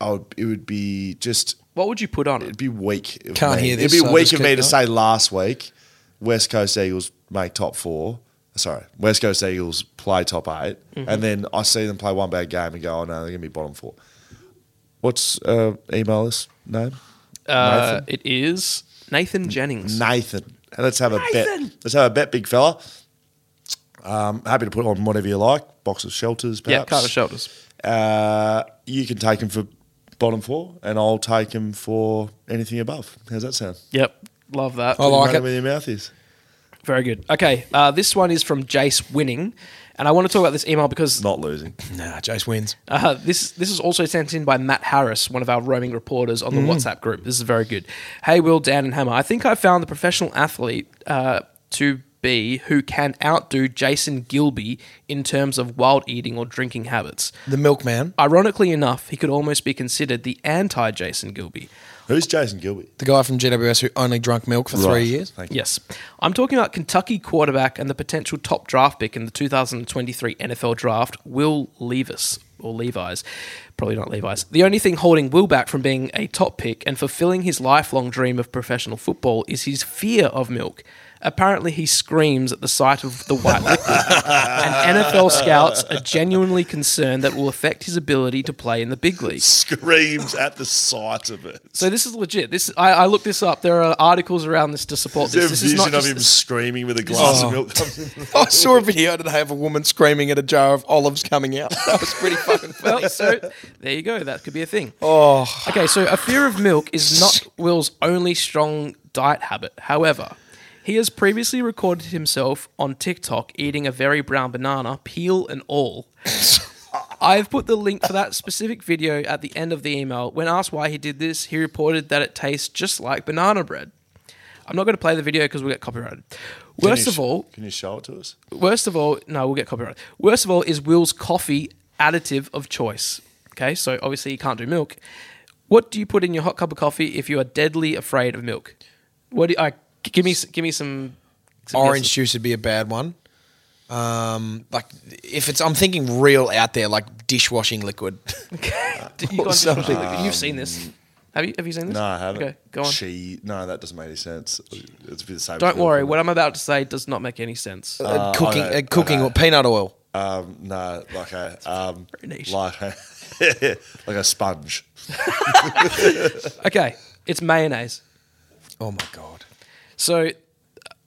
E: I would, it would be just,
A: What would you put on it?
E: it'd be weak. of
D: Can't
E: me.
D: hear this,
E: It'd be
D: so
E: weak
D: just
E: of me
D: keep
E: to say
D: going.
E: last week, West Coast Eagles make top four. Sorry, West Coast Eagles play top 8
D: Mm-hmm.
E: and then I see them play one bad game and go, oh no, they're gonna be bottom four. What's uh, email this name?
A: Uh, it is Nathan Jennings.
E: Nathan. And let's have a bet. Let's have a bet, big fella. Um, happy to put on whatever you like. Box of shelters,
A: yeah,
E: perhaps.
A: Carter Shelters.
E: Uh, you can take him for bottom four, and I'll take him for anything above. How's that sound?
A: Yep. Love that.
D: I like
E: Running
D: it.
E: Where your mouth is.
A: Very good. Okay. Uh, this one is from Jace Winning. And I want to talk about this email because
E: Not losing.
D: Nah, Jace wins.
A: Uh, this this is also sent in by Matt Harris, one of our roaming reporters on the WhatsApp group. This is very good. Hey, Will, Dan, and Hammer. I think I found the professional athlete uh, to be who can outdo Jason Gilby in terms of wild eating or drinking habits.
D: The milkman,
A: Ironically enough, he could almost be considered the anti Jason Gilby.
E: Who's Jason Gilby?
D: the guy from GWS who only drunk milk for three years.
E: Thank you.
A: Yes. I'm talking about Kentucky quarterback and the potential top draft pick in the 2023 NFL draft, Will Levis or Levi's. Probably not Levi's. The only thing holding Will back from being a top pick and fulfilling his lifelong dream of professional football is his fear of milk. Apparently, he screams at the sight of the white liquid, and NFL scouts are genuinely concerned that it will affect his ability to play in the big leagues.
E: Screams at the sight of it.
A: So this is legit. This I, I looked this up. There are articles around this to support
E: There's
A: this.
E: a
A: This is
E: vision
A: not
E: of
A: just-
E: him screaming with a glass of milk.
D: I saw a video today of a woman screaming at a jar of olives coming out. That was pretty fucking funny.
A: well, so there you go. That could be a thing. Oh. Okay, so a fear of milk is not Will's only strong diet habit. However, he has previously recorded himself on TikTok eating a very brown banana, peel and all. I've put the link for that specific video at the end of the email. When asked why he did this, he reported that it tastes just like banana bread. I'm not going to play the video because we'll get copyrighted. Worst
E: Can you
A: of
E: sh-
A: all,
E: can you show it to us?
A: Worst of all, no, we'll get copyright. Worst of all is Will's coffee additive of choice. Okay, so obviously you can't do milk. What do you put in your hot cup of coffee if you are deadly afraid of milk? What do you, uh, give me? s- Give me some, some
D: Orange
A: guesses.
D: juice would be a bad one. Um, like if it's, I'm thinking real out there, like dishwashing liquid.
A: Do you go on to- You've seen this. Have you? Have you seen this?
E: Um, No, I haven't.
A: Okay, go on.
E: She, no, that doesn't make any sense. It's a bit the same.
A: Don't
E: feel
A: worry.
E: for me.
A: What I'm about to say does not make any sense.
D: Uh, cooking,
E: I know,
D: uh, cooking or peanut oil.
E: Um, no, like a um,
A: Very niche.
E: like a, like a sponge.
A: Okay, it's mayonnaise.
D: Oh my god!
A: So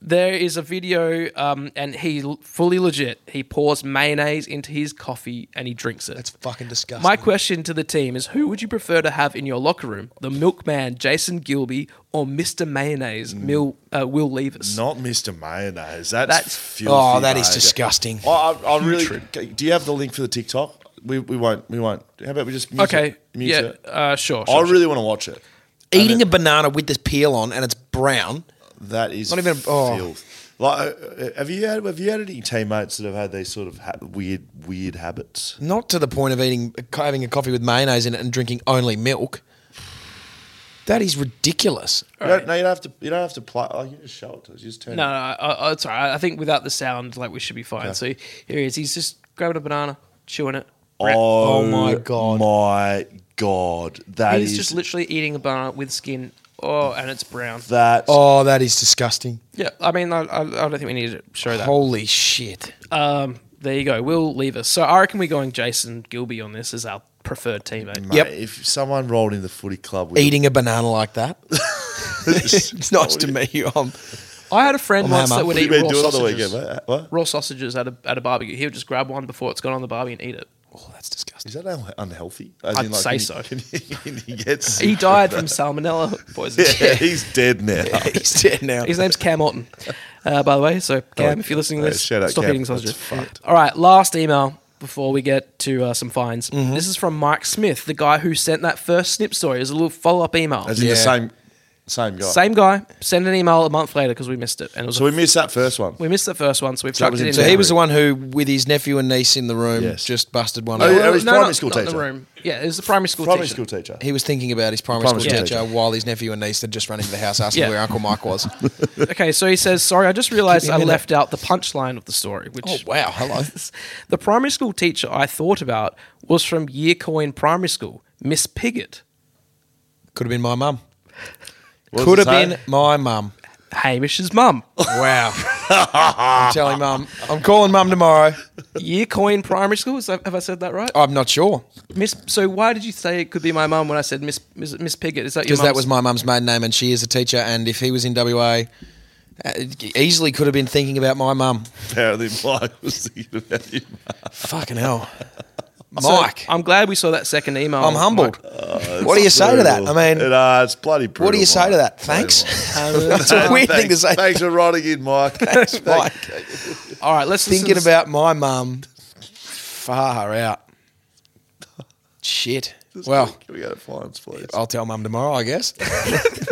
A: there is a video, um, and he l- fully legit. He pours mayonnaise into his coffee and he drinks it.
D: That's fucking disgusting.
A: My question to the team is who would you prefer to have in your locker room? The milkman, Jason Gilby, or Mr. Mayonnaise,
E: Mm.
A: Mil, uh, Will Levis?
E: Not Mr. Mayonnaise. That's,
A: That's-
E: filthy.
D: Oh, that is
E: mate.
D: disgusting.
E: I, I, I really. Do you have the link for the TikTok? We, we won't. We won't. How about we just mute
A: okay.
E: it? Mute
A: yeah,
E: it.
A: uh, sure. sure,
E: I
A: sure.
E: really want to watch it.
D: Eating a banana with this peel on and it's brown.
E: That is
D: Not even a- oh.
E: filth. Like, uh, have you had have you had any teammates that have had these sort of ha- weird weird habits?
D: Not to the point of eating having a coffee with mayonnaise in it and drinking only milk. That is ridiculous.
E: You don't, no, you don't have to. You don't have to play. Like, you just show it to us. You just turn.
A: No,
E: it.
A: no, I, I, it's all right. I think without the sound, like we should be fine. So here he is. He's just grabbing a banana, chewing it. Rip.
E: Oh,
D: my God.
E: My God, that is
A: he's just literally eating a banana with skin. Oh, and it's brown.
E: that.
D: Oh, that is disgusting.
A: Yeah, I mean, I, I, I don't think we need to show that.
D: Holy shit.
A: There you go. We'll leave us. So I reckon we're going Jason Gilby on this as our preferred teammate.
E: Mate,
D: Yep.
E: If someone rolled in the footy club with
D: Eating a banana like that. it's nice to meet you. Um, I'm,
A: I had a friend
D: I'm
A: once
D: hammer.
A: that would
E: what have
A: eat
E: you
A: raw
E: been doing all the
A: sausages.
E: weekend, mate? What
A: raw sausages at a, at a barbecue. He would just grab one before it's gone on the barbie and eat it.
D: oh, that's disgusting.
E: is that un- unhealthy? As
A: I'd say
E: can
A: so.
E: You, can you, can you get sick
A: He
E: of
A: died
E: that?
A: from salmonella poisoning.
E: Yeah, he's dead now.
D: He's dead now.
A: His name's Cam Orton, uh, by the way. So Cam,
E: Oh,
A: if you're listening to
E: yeah,
A: this,
E: shout out
A: stop
E: Cam.
A: eating sausages.
E: That's fucked.
A: All right, last email before we get to uh, some fines.
E: Mm-hmm.
A: This is from Mike Smith, the guy who sent that first snip story. It was a little follow up email.
E: As in
D: Yeah.
E: the same, same guy.
A: Same guy sent an email a month later because we missed it, and it was
E: So
A: a-
E: we missed that first one.
A: we missed the first one, so we've
E: So that
A: chucked
E: was
A: it
E: in
A: in.
D: so
A: now.
D: he was the one who, with his nephew and niece in the room,
E: Yes.
D: just busted one
E: Oh,
D: out.
E: yeah, it was
A: No,
E: primary
A: not-
E: school
A: not in
E: teacher.
A: the room. Yeah, it was the primary school
E: Primary
A: teacher.
E: school teacher.
D: He was thinking about his primary,
E: Primary
D: school,
E: school
D: teacher while his nephew and niece had just run into the house asking
A: Yeah.
D: where Uncle Mike was.
A: Okay, so he says, "Sorry, I just realised
D: Give me a
A: I
D: minute.
A: left out the punchline of the story." Which,
D: oh, wow. Hello.
A: the primary school teacher I thought about was from Yearcoin Primary School, Miss Pigott.
D: Could have been my mum.
E: What does
D: Could
E: it
D: have
E: say?
D: been my mum.
A: Hamish's mum.
D: Wow. I'm telling mum. I'm calling mum tomorrow.
A: Yearcoin Primary School. Is that, have I said that right?
E: Oh.
D: I'm not sure
A: Miss. So why did you say it could be my mum when I said Miss Miss, Miss Pigott? Is that your
D: because that was
A: mum's-
D: my mum's maiden name, and she is a teacher. And if he was in WA, uh, easily could have been thinking about my mum.
E: Apparently, Mike was thinking about him.
D: Fucking hell,
A: So
D: Mike.
A: I'm glad we saw that second email.
D: I'm humbled.
A: Mike.
D: what do you say to that? I mean,
E: it, uh, it's bloody brutal.
D: what do you say to
E: Mike.
D: that? Thanks. That's a weird thing to
E: Thanks,
D: say.
E: thanks for writing in, Mike.
D: Thanks, Mike.
A: All right, let's listen
D: Thinking
A: to this-
D: about my mum. Far out. Shit. Well,
E: Can we go to fines, please?
D: I'll tell mum tomorrow, I guess.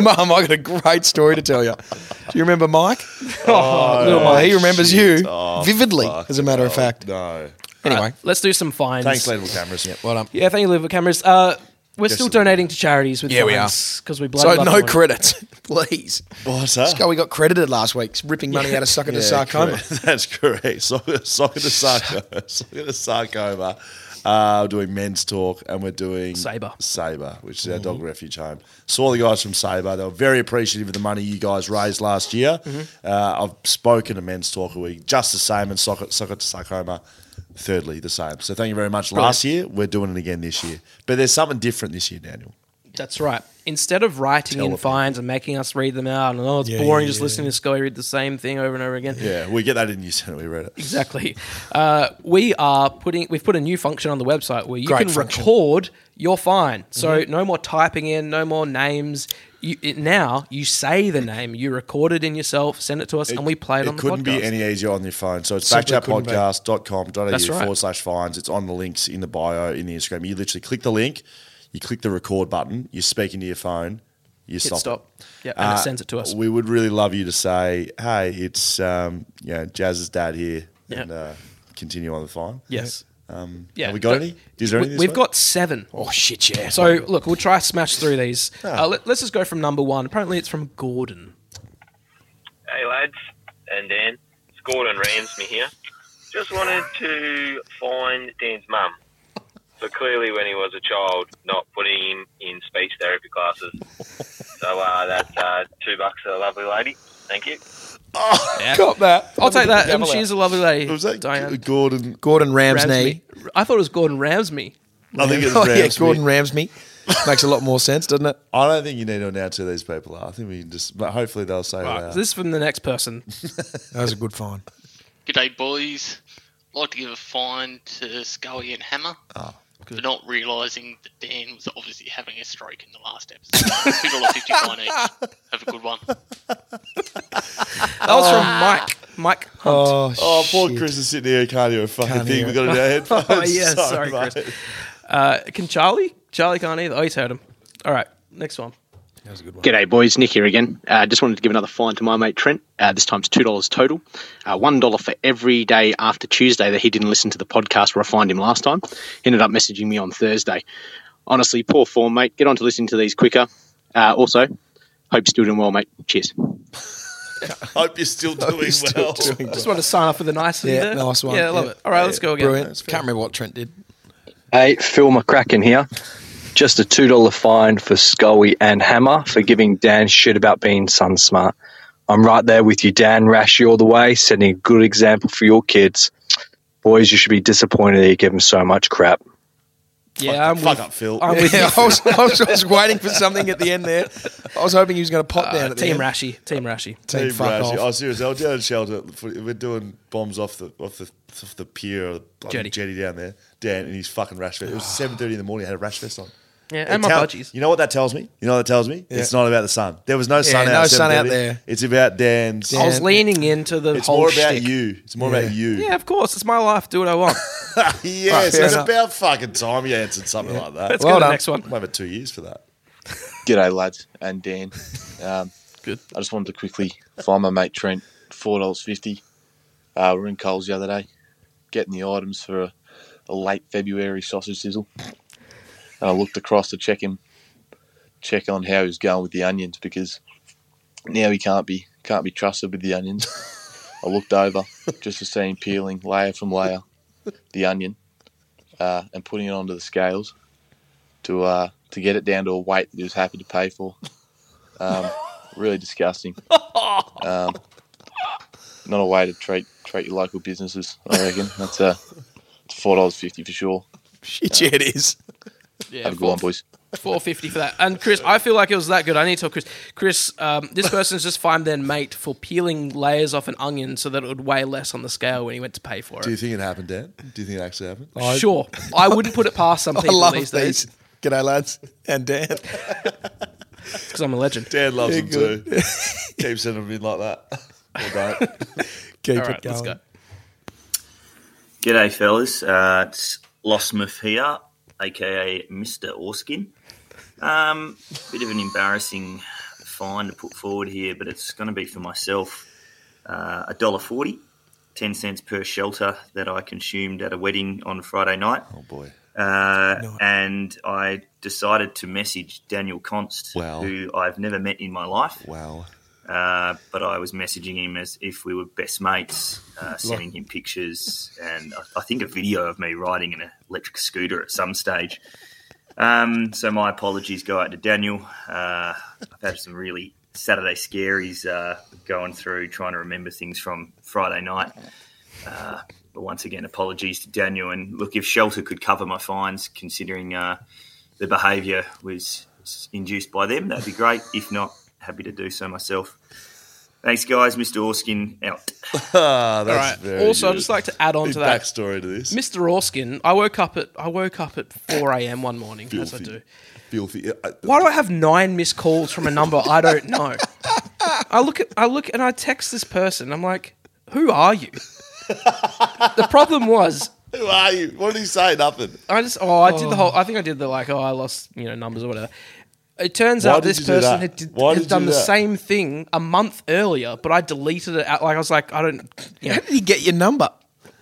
D: mum, I got a great story to tell you. Do you remember Mike? Oh, he remembers you vividly, as a matter of fact.
E: No.
D: Anyway,
A: Let's do some fines.
E: Thanks, Leadable Cameras. Yeah,
D: well done.
A: Yeah, thank you, Liverpool Cameras. Uh, we're still donating to charities with
D: Yeah, we
A: because we bloody
D: So
A: love
D: no
A: doing it.
D: credits, please.
E: What's that?
D: This guy we got credited last week, ripping money out of sucker to sarcoma.
E: Correct. That's correct. Socket, socket to sarcoma. Socket to sarcoma. Uh, we're doing men's talk and we're doing
A: Sabre.
E: Sabre, which is our dog refuge home. Saw the guys from Sabre. They were very appreciative of the money you guys raised last year. Uh, I've spoken to men's talk a week, just the same, and socket, socket to sarcoma. Thirdly, the same. So thank you very much. Last year, we're doing it again this year, but there's something different this year, Daniel.
A: That's right. Instead of writing in
E: Telephone.
A: fines and making us read them out, and oh, it's
D: Yeah,
A: boring
D: yeah,
A: just
D: yeah,
A: listening to Scully read the same thing over and over again.
E: Yeah, we get that in New Center. We read it.
A: Exactly. Uh, we are putting we've put a new function on the website where you
D: Great
A: can
D: function. Mm-hmm.
A: record your fine. So no more typing in, no more names. You, it, now you say the name, you record it in yourself, send it to us, and we play it, on the
E: couldn't
A: podcast.
E: be any easier on your phone. So it's
D: Simply couldn't be.
E: backchatpodcast.com.au
A: That's right.
E: forward slash finds. It's on the links in the bio, in the Instagram. You literally click the link, you click the record button, you're speaking to your phone, you
A: Hit
E: stop.
A: stop.
E: it.
A: Yeah, and it
E: Uh,
A: sends it to us.
E: We would really love you to say, hey, it's um, you know, Jazz's dad here.
A: Yeah.
E: And uh, continue on the fine.
A: yes.
E: Um,
A: Yeah.
E: Have we got
A: But-
E: any? Is there
A: we-
E: any this
A: We've
E: week?
A: got seven.
D: Oh shit, yeah.
A: So look, we'll try to smash through these.
E: Ah.
A: Uh, let, let's just go from number one. Apparently, it's from Gordon.
G: Hey lads, and Dan. It's Gordon Ramsmy here. Just wanted to find Dan's mum. So clearly, when he was a child, not putting him in speech therapy classes. So uh, that's uh, two bucks to the lovely lady. Thank you.
D: got that.
A: I'll take that. And
D: Double
A: she's a lovely lady.
E: was that
A: Diane
E: Gordon?
D: Gordon Ramsay.
A: Ramsay. I thought it was Gordon Ramsay.
E: I think it's
D: Oh yeah,
E: Ramsby.
D: Gordon Ramsay. Makes a lot more sense, doesn't it?
E: I don't think you need to announce who these people are. I think we can just, but hopefully they'll say
A: Right,
E: it out.
A: This is from the next person.
D: That was a good find.
G: G'day, boys. Like to give a fine to Scully and Hammer
E: Ah,
G: for not realising that Dan was obviously having a stroke in the last episode. Two dollar fifty fine each. Have a good one.
A: That was from Mike. Mike Hunt.
D: Oh,
E: Ah. Oh, poor
D: shit.
E: Chris is sitting here. Can't hear a fucking
D: Can't
E: thing.
D: hear
E: We've
D: it.
E: got it in our headphones.
A: Oh, yeah, sorry, Chris.
E: mate.
A: Uh, can Charlie? Charlie can't either. Oh, he's heard him. All right, next one.
G: G'day, boys. Nick here again. Uh, just wanted to give another fine to my mate Trent. Uh, this time's two dollars total. Uh, One dollar for every day after Tuesday that he didn't listen to the podcast where I fined him last time. He ended up messaging me on Thursday. Honestly, poor form, mate. Get on to listening to these quicker. Uh, also, hope you're still doing well, mate. Cheers.
E: Hope you're still doing well.
A: Just want to sign off with a nice
D: Yeah,
A: there.
D: nice one.
A: Yeah, I love
D: Yeah.
A: it. All right, let's go again.
D: Brilliant. Can't remember what Trent did.
G: Hey, Phil McCracken here. Just a $2 fine for Scully and Hammer for giving Dan shit about being sun smart. I'm right there with you, Dan Rashy, all the way, setting a good example for your kids. Boys, you should be disappointed that you give them so much crap.
A: Yeah, I'm
E: fuck
A: with,
E: up, Phil.
A: I'm with
D: Yeah, I was, I was just waiting for something at the end there. I was hoping he was going to pop down
A: uh,
D: at the
A: Team
D: end.
A: Rashi. Team Rashi.
D: Team
E: Team
D: fuck
E: Rashi.
D: off.
E: Oh, seriously, I was down in shelter. We're doing bombs off the off the off the pier, or the jetty.
A: Jetty.
E: jetty down there. Dan and his fucking rash vest. It was seven thirty in the morning. I had a rash vest on.
A: Yeah,
E: It
A: and my
E: tell-
A: budgies.
E: You know what that tells me? You know what that tells me? It's not about the sun. There was no sun
D: Yeah,
E: out.
D: no
E: at
D: sun out
E: 7:30.
D: there.
E: It's about Dan's.
A: I was leaning into the
E: It's
A: whole
E: more about
A: shtick.
E: you. It's more about you.
A: Yeah, of course. It's my life. Do what I want.
E: yes,
D: fair
E: it's
D: enough.
E: about fucking time you answered something like that.
A: Let's
D: Well
A: go to the
D: done.
A: next one.
E: I'll have it two years for that.
G: G'day, lads and Dan. Um,
A: Good.
G: I just wanted to quickly find my mate Trent, $4.50. Uh, we were in Coles the other day, getting the items for a, a late February sausage sizzle. And I looked across to check him, check on how he was going with the onions because now he can't be can't be trusted with the onions. I looked over just to see him peeling layer from layer the onion uh, and putting it onto the scales to uh, to get it down to a weight that he was happy to pay for. Um, really disgusting. Um, not a way to treat treat your local businesses. I reckon that's uh, four dollars fifty for sure.
D: Shit, yeah,
G: Um,
D: it is.
A: Yeah,
G: Have a good one, boys.
A: four fifty for that. And Chris, I feel like it was that good. I need to tell Chris. Chris, um, this person's just fined their mate for peeling layers off an onion so that it would weigh less on the scale when he went to pay for
E: Do you
A: it.
E: think it happened, Dan? Do you think it actually happened?
A: sure, I wouldn't put it past some
D: I
A: people
D: love
A: these
D: these.
A: days
D: G'day, lads. And Dan.
A: because I'm a legend.
E: Dan loves them too. Keep sending them in like that. Or don't.
D: Keep
A: All
D: it
A: right,
D: going.
A: let's go.
G: G'day, fellas. Uh, it's Lossmith here, aka Mr. Orskin. Um, bit of an embarrassing fine to put forward here, but it's going to be for myself. Uh, $1.40, 10 cents per shelter that I consumed at a wedding on Friday night.
E: Oh boy.
G: Uh, and I decided to message Daniel Const,
E: Wow.
G: who I've never met in my life.
E: Wow.
H: Uh, but I was messaging him as if we were best mates, uh, sending him pictures and I, I think a video of me riding an electric scooter at some stage. Um, so my apologies go out to Daniel. Uh, I've had some really Saturday scaries uh, going through, trying to remember things from Friday night. Uh, but once again, apologies to Daniel. And look, if shelter could cover my fines, considering uh, the behaviour was induced by them, that'd be great. If not, happy to do so myself. Thanks, guys. Mr. Orskin out.
E: Ah,
A: All right. also, I'd just like to add on
E: Big
A: to that
E: backstory to this.
A: Mr. Orskin. I woke up at I woke up at four a.m. one morning, as I
E: Filthy.
A: do.
E: Filthy. I-
A: Why do I have nine missed calls from a number I don't know? I look at I look and I text this person. I'm like, "Who are you?" the problem was,
E: who are you? What did he say? Nothing.
A: I just oh, I did
E: Oh.
A: the whole. I think I did the like, oh, I lost you know numbers or whatever. It turns
E: Why
A: out
E: did
A: this
E: you do
A: person
E: that?
A: had, did,
E: Why did
A: had
E: you
A: done
E: do
A: the
E: that?
A: same thing a month earlier, but I deleted it. Out, like I was like, I don't. You know.
D: How did he get your number?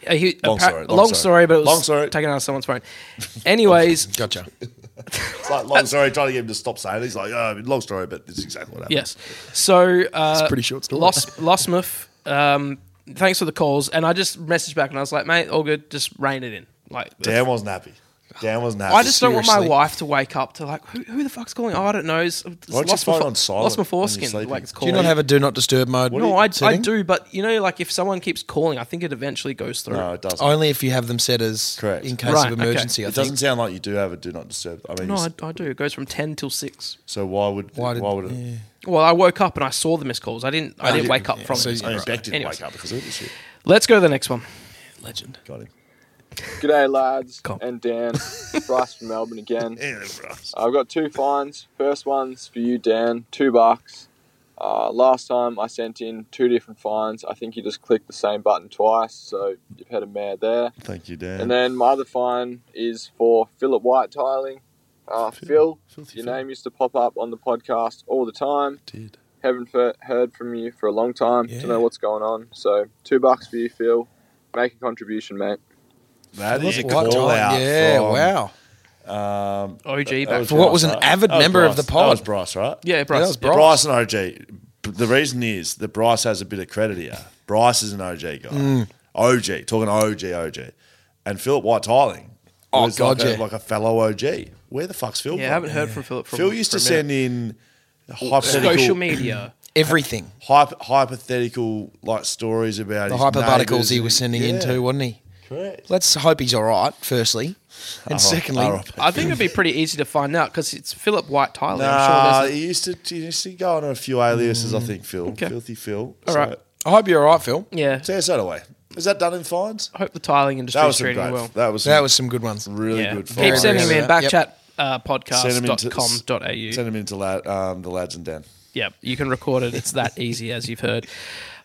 A: He,
D: Long
A: appa-
D: story, long
A: long
D: story.
A: story, but it was
D: Long
A: taken out of someone's phone. Anyways,
D: gotcha.
E: It's like long story trying to get him to stop saying. it. He's like, oh, long story, but this is exactly what happened.
A: Yes. So uh,
E: It's a pretty short story.
A: Los Losmuth, um, thanks for the calls, and I just messaged back and I was like, mate, all good, just rein it in. Like
E: Dan wasn't happy. Dan wasn't happy.
A: I just don't want my wife to wake up to like who, who the fuck's calling? Oh, I don't know. It's, it's
E: don't you
A: Lost
E: phone
A: Muff-
E: on silent
A: Lost my
E: when you're
A: foreskin.
E: sleeping?
A: Like it's
E: Do
D: Do
A: calling.
D: you not have a do not disturb mode?
A: no, I, I
D: setting?
A: do, but you know, like if someone keeps calling, I think it eventually goes through. No, it doesn't.
D: Only if you have them set as correct in case
A: Right,
D: of
A: okay.
D: emergency. I
A: It
E: It
D: think.
E: doesn't sound like you do have a do not disturb. I mean,
A: no, I, I do. It goes from ten till six.
E: so why would why,
A: did-
E: would it?
A: Well, I woke up and I saw the missed calls. I didn't. I
E: Oh,
A: didn't
E: you-
A: wake up
E: yeah,
A: from
E: so
A: it.
E: you- I mean, Beck didn't
A: Anyways.
E: wake up because of this shit.
A: Let's go to the next one.
D: Legend.
E: Got him.
I: G'day, lads
A: Come.
I: and Dan. Bryce from Melbourne again. I've got two fines. First one's for you, Dan, two bucks. Uh, last time I sent in two different fines. I think you just clicked the same button twice, so you've had a mare there.
E: Thank you, Dan.
I: And then my other fine is for Philip White tiling. Uh, Phil, your name used to pop up on the podcast all the time.
E: Did.
I: Haven't fer- heard from you for a long time. Don't know what's going on. So two bucks for you, Phil. Make a contribution, mate.
E: That
D: Philip
E: is a
D: White
E: call
D: tiling.
E: out.
D: Yeah,
E: from,
D: wow.
E: Um,
A: OG
E: that- that
A: back
E: was
A: For what
E: Bryce,
A: was an
E: right?
A: avid
E: That was
A: member of
E: Bryce.
A: the pod.
E: That was Bryce, right?
A: Yeah, Bryce.
E: that was
A: Yeah.
E: Bryce and OG. B- The reason is that Bryce has a bit of credit here. Bryce is an OG guy.
D: Mm.
E: OG, talking OG, OG. And Philip White Tiling.
D: Oh,
E: was
D: God,
E: like, a,
D: yeah.
E: like a fellow OG. Where the fuck's Phil?
A: Yeah, I
E: from?
A: haven't heard from Philip for-
E: Phil used
A: for
E: to
A: a minute.
E: send in hypothetical
A: Social media.
D: Everything.
E: Hype, hypothetical like stories about
D: The
E: his
D: hyperparticles
E: neighbours
D: he
E: and-
D: was sending
E: yeah.
D: into, wasn't he?
E: Correct.
D: Let's hope he's all right. Firstly, and
E: All right,
D: secondly,
E: all right.
A: I think it'd be pretty easy to find out because it's Philip White Tyler.
E: Nah,
A: I'm sure there's. Mm.
E: he used to he used to go on a few aliases. I think Phil,
A: Okay.
E: filthy Phil.
A: All right.
D: I hope you're all right, Phil.
A: Yeah.
E: So, so do I. Is that done in fines?
A: I hope the tiling industry
E: That
A: is
E: was some
A: treating you
E: great.
A: well.
E: That was
D: That was some good ones.
E: really
A: Yeah.
E: good.
A: Keep
E: Fines.
A: sending me in backchat
D: Yep.
A: uh, podcast.com.au.
E: Send them into la- um, the lads and Dan.
A: Yep, you can record it. It's that easy, as you've heard.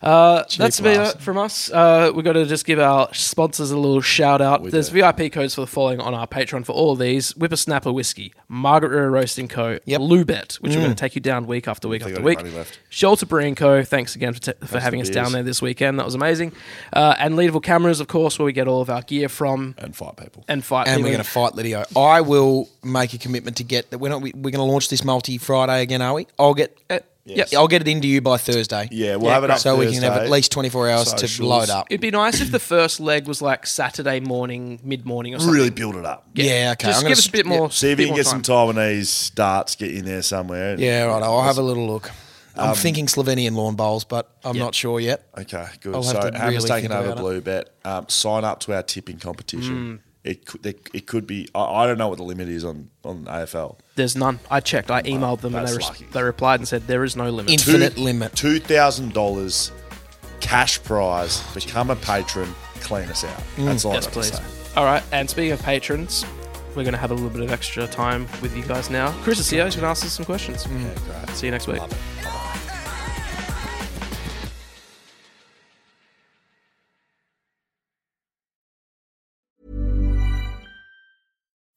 A: Uh, that's about
E: laughs.
A: it from us. Uh, we've got to just give our sponsors a little shout out. There's VIP codes for the following on our Patreon for all these Whippersnapper Whiskey, Margaret River Roasting Co., Lubet, which we're
D: Mm.
A: going to take you down week after week
D: Think
A: after
D: I got
A: week.
D: money left.
A: Shelter Brewing Co., thanks again for, t- for
D: Thanks
A: having
D: for
A: us
D: the
A: down
D: beers.
A: there this weekend. That was amazing. Uh, and Leadable Cameras, of course, where we get all of our gear from.
E: And Fight People.
A: And Fight
D: and
A: People.
D: we're going to fight Lydio. I will make a commitment to get that. We're not. We, we're going to launch this multi Friday again, are we? I'll get.
A: Yes.
D: Yeah, I'll get it into you by Thursday.
E: Uh, Yeah, we'll have it up
D: so we can have
E: Thursday.
D: at least twenty four hours
E: Socials.
D: to load up.
A: It'd be nice if the first leg was like Saturday morning, mid morning, or something.
E: Really build it up.
A: Yeah. Yeah, okay, Just I'm gonna give us a bit s- more-
E: See if
A: bit
E: you can
A: more
E: get some Taiwanese starts. Get in there somewhere.
D: Yeah, right. I'll have a little look. I'm
E: Um,
D: thinking Slovenian lawn bowls, but I'm not sure yet.
E: Okay, good.
D: I'll have
E: so
D: to
E: Hammer's
D: really
E: taking
D: think
E: over
D: about it.
E: Blue Bet. Um, sign up to our tipping
A: Mm.
E: competition. It could it, it could be. I, I don't know what the limit is on on AFL.
A: There's none. I checked. I emailed them and they,
E: that's
A: res-
E: lucky.
A: they replied and said there is no limit.
D: limit.
E: Two thousand dollars cash prize. Become a patron. Clean us out. That's
A: Oh, Mm.
E: all
A: yes,
E: I have
A: please.
E: to say.
A: All right. And speaking of patrons, we're going to have a little bit of extra time with you guys now. Chris is here. He's going to ask us some questions. See you next week.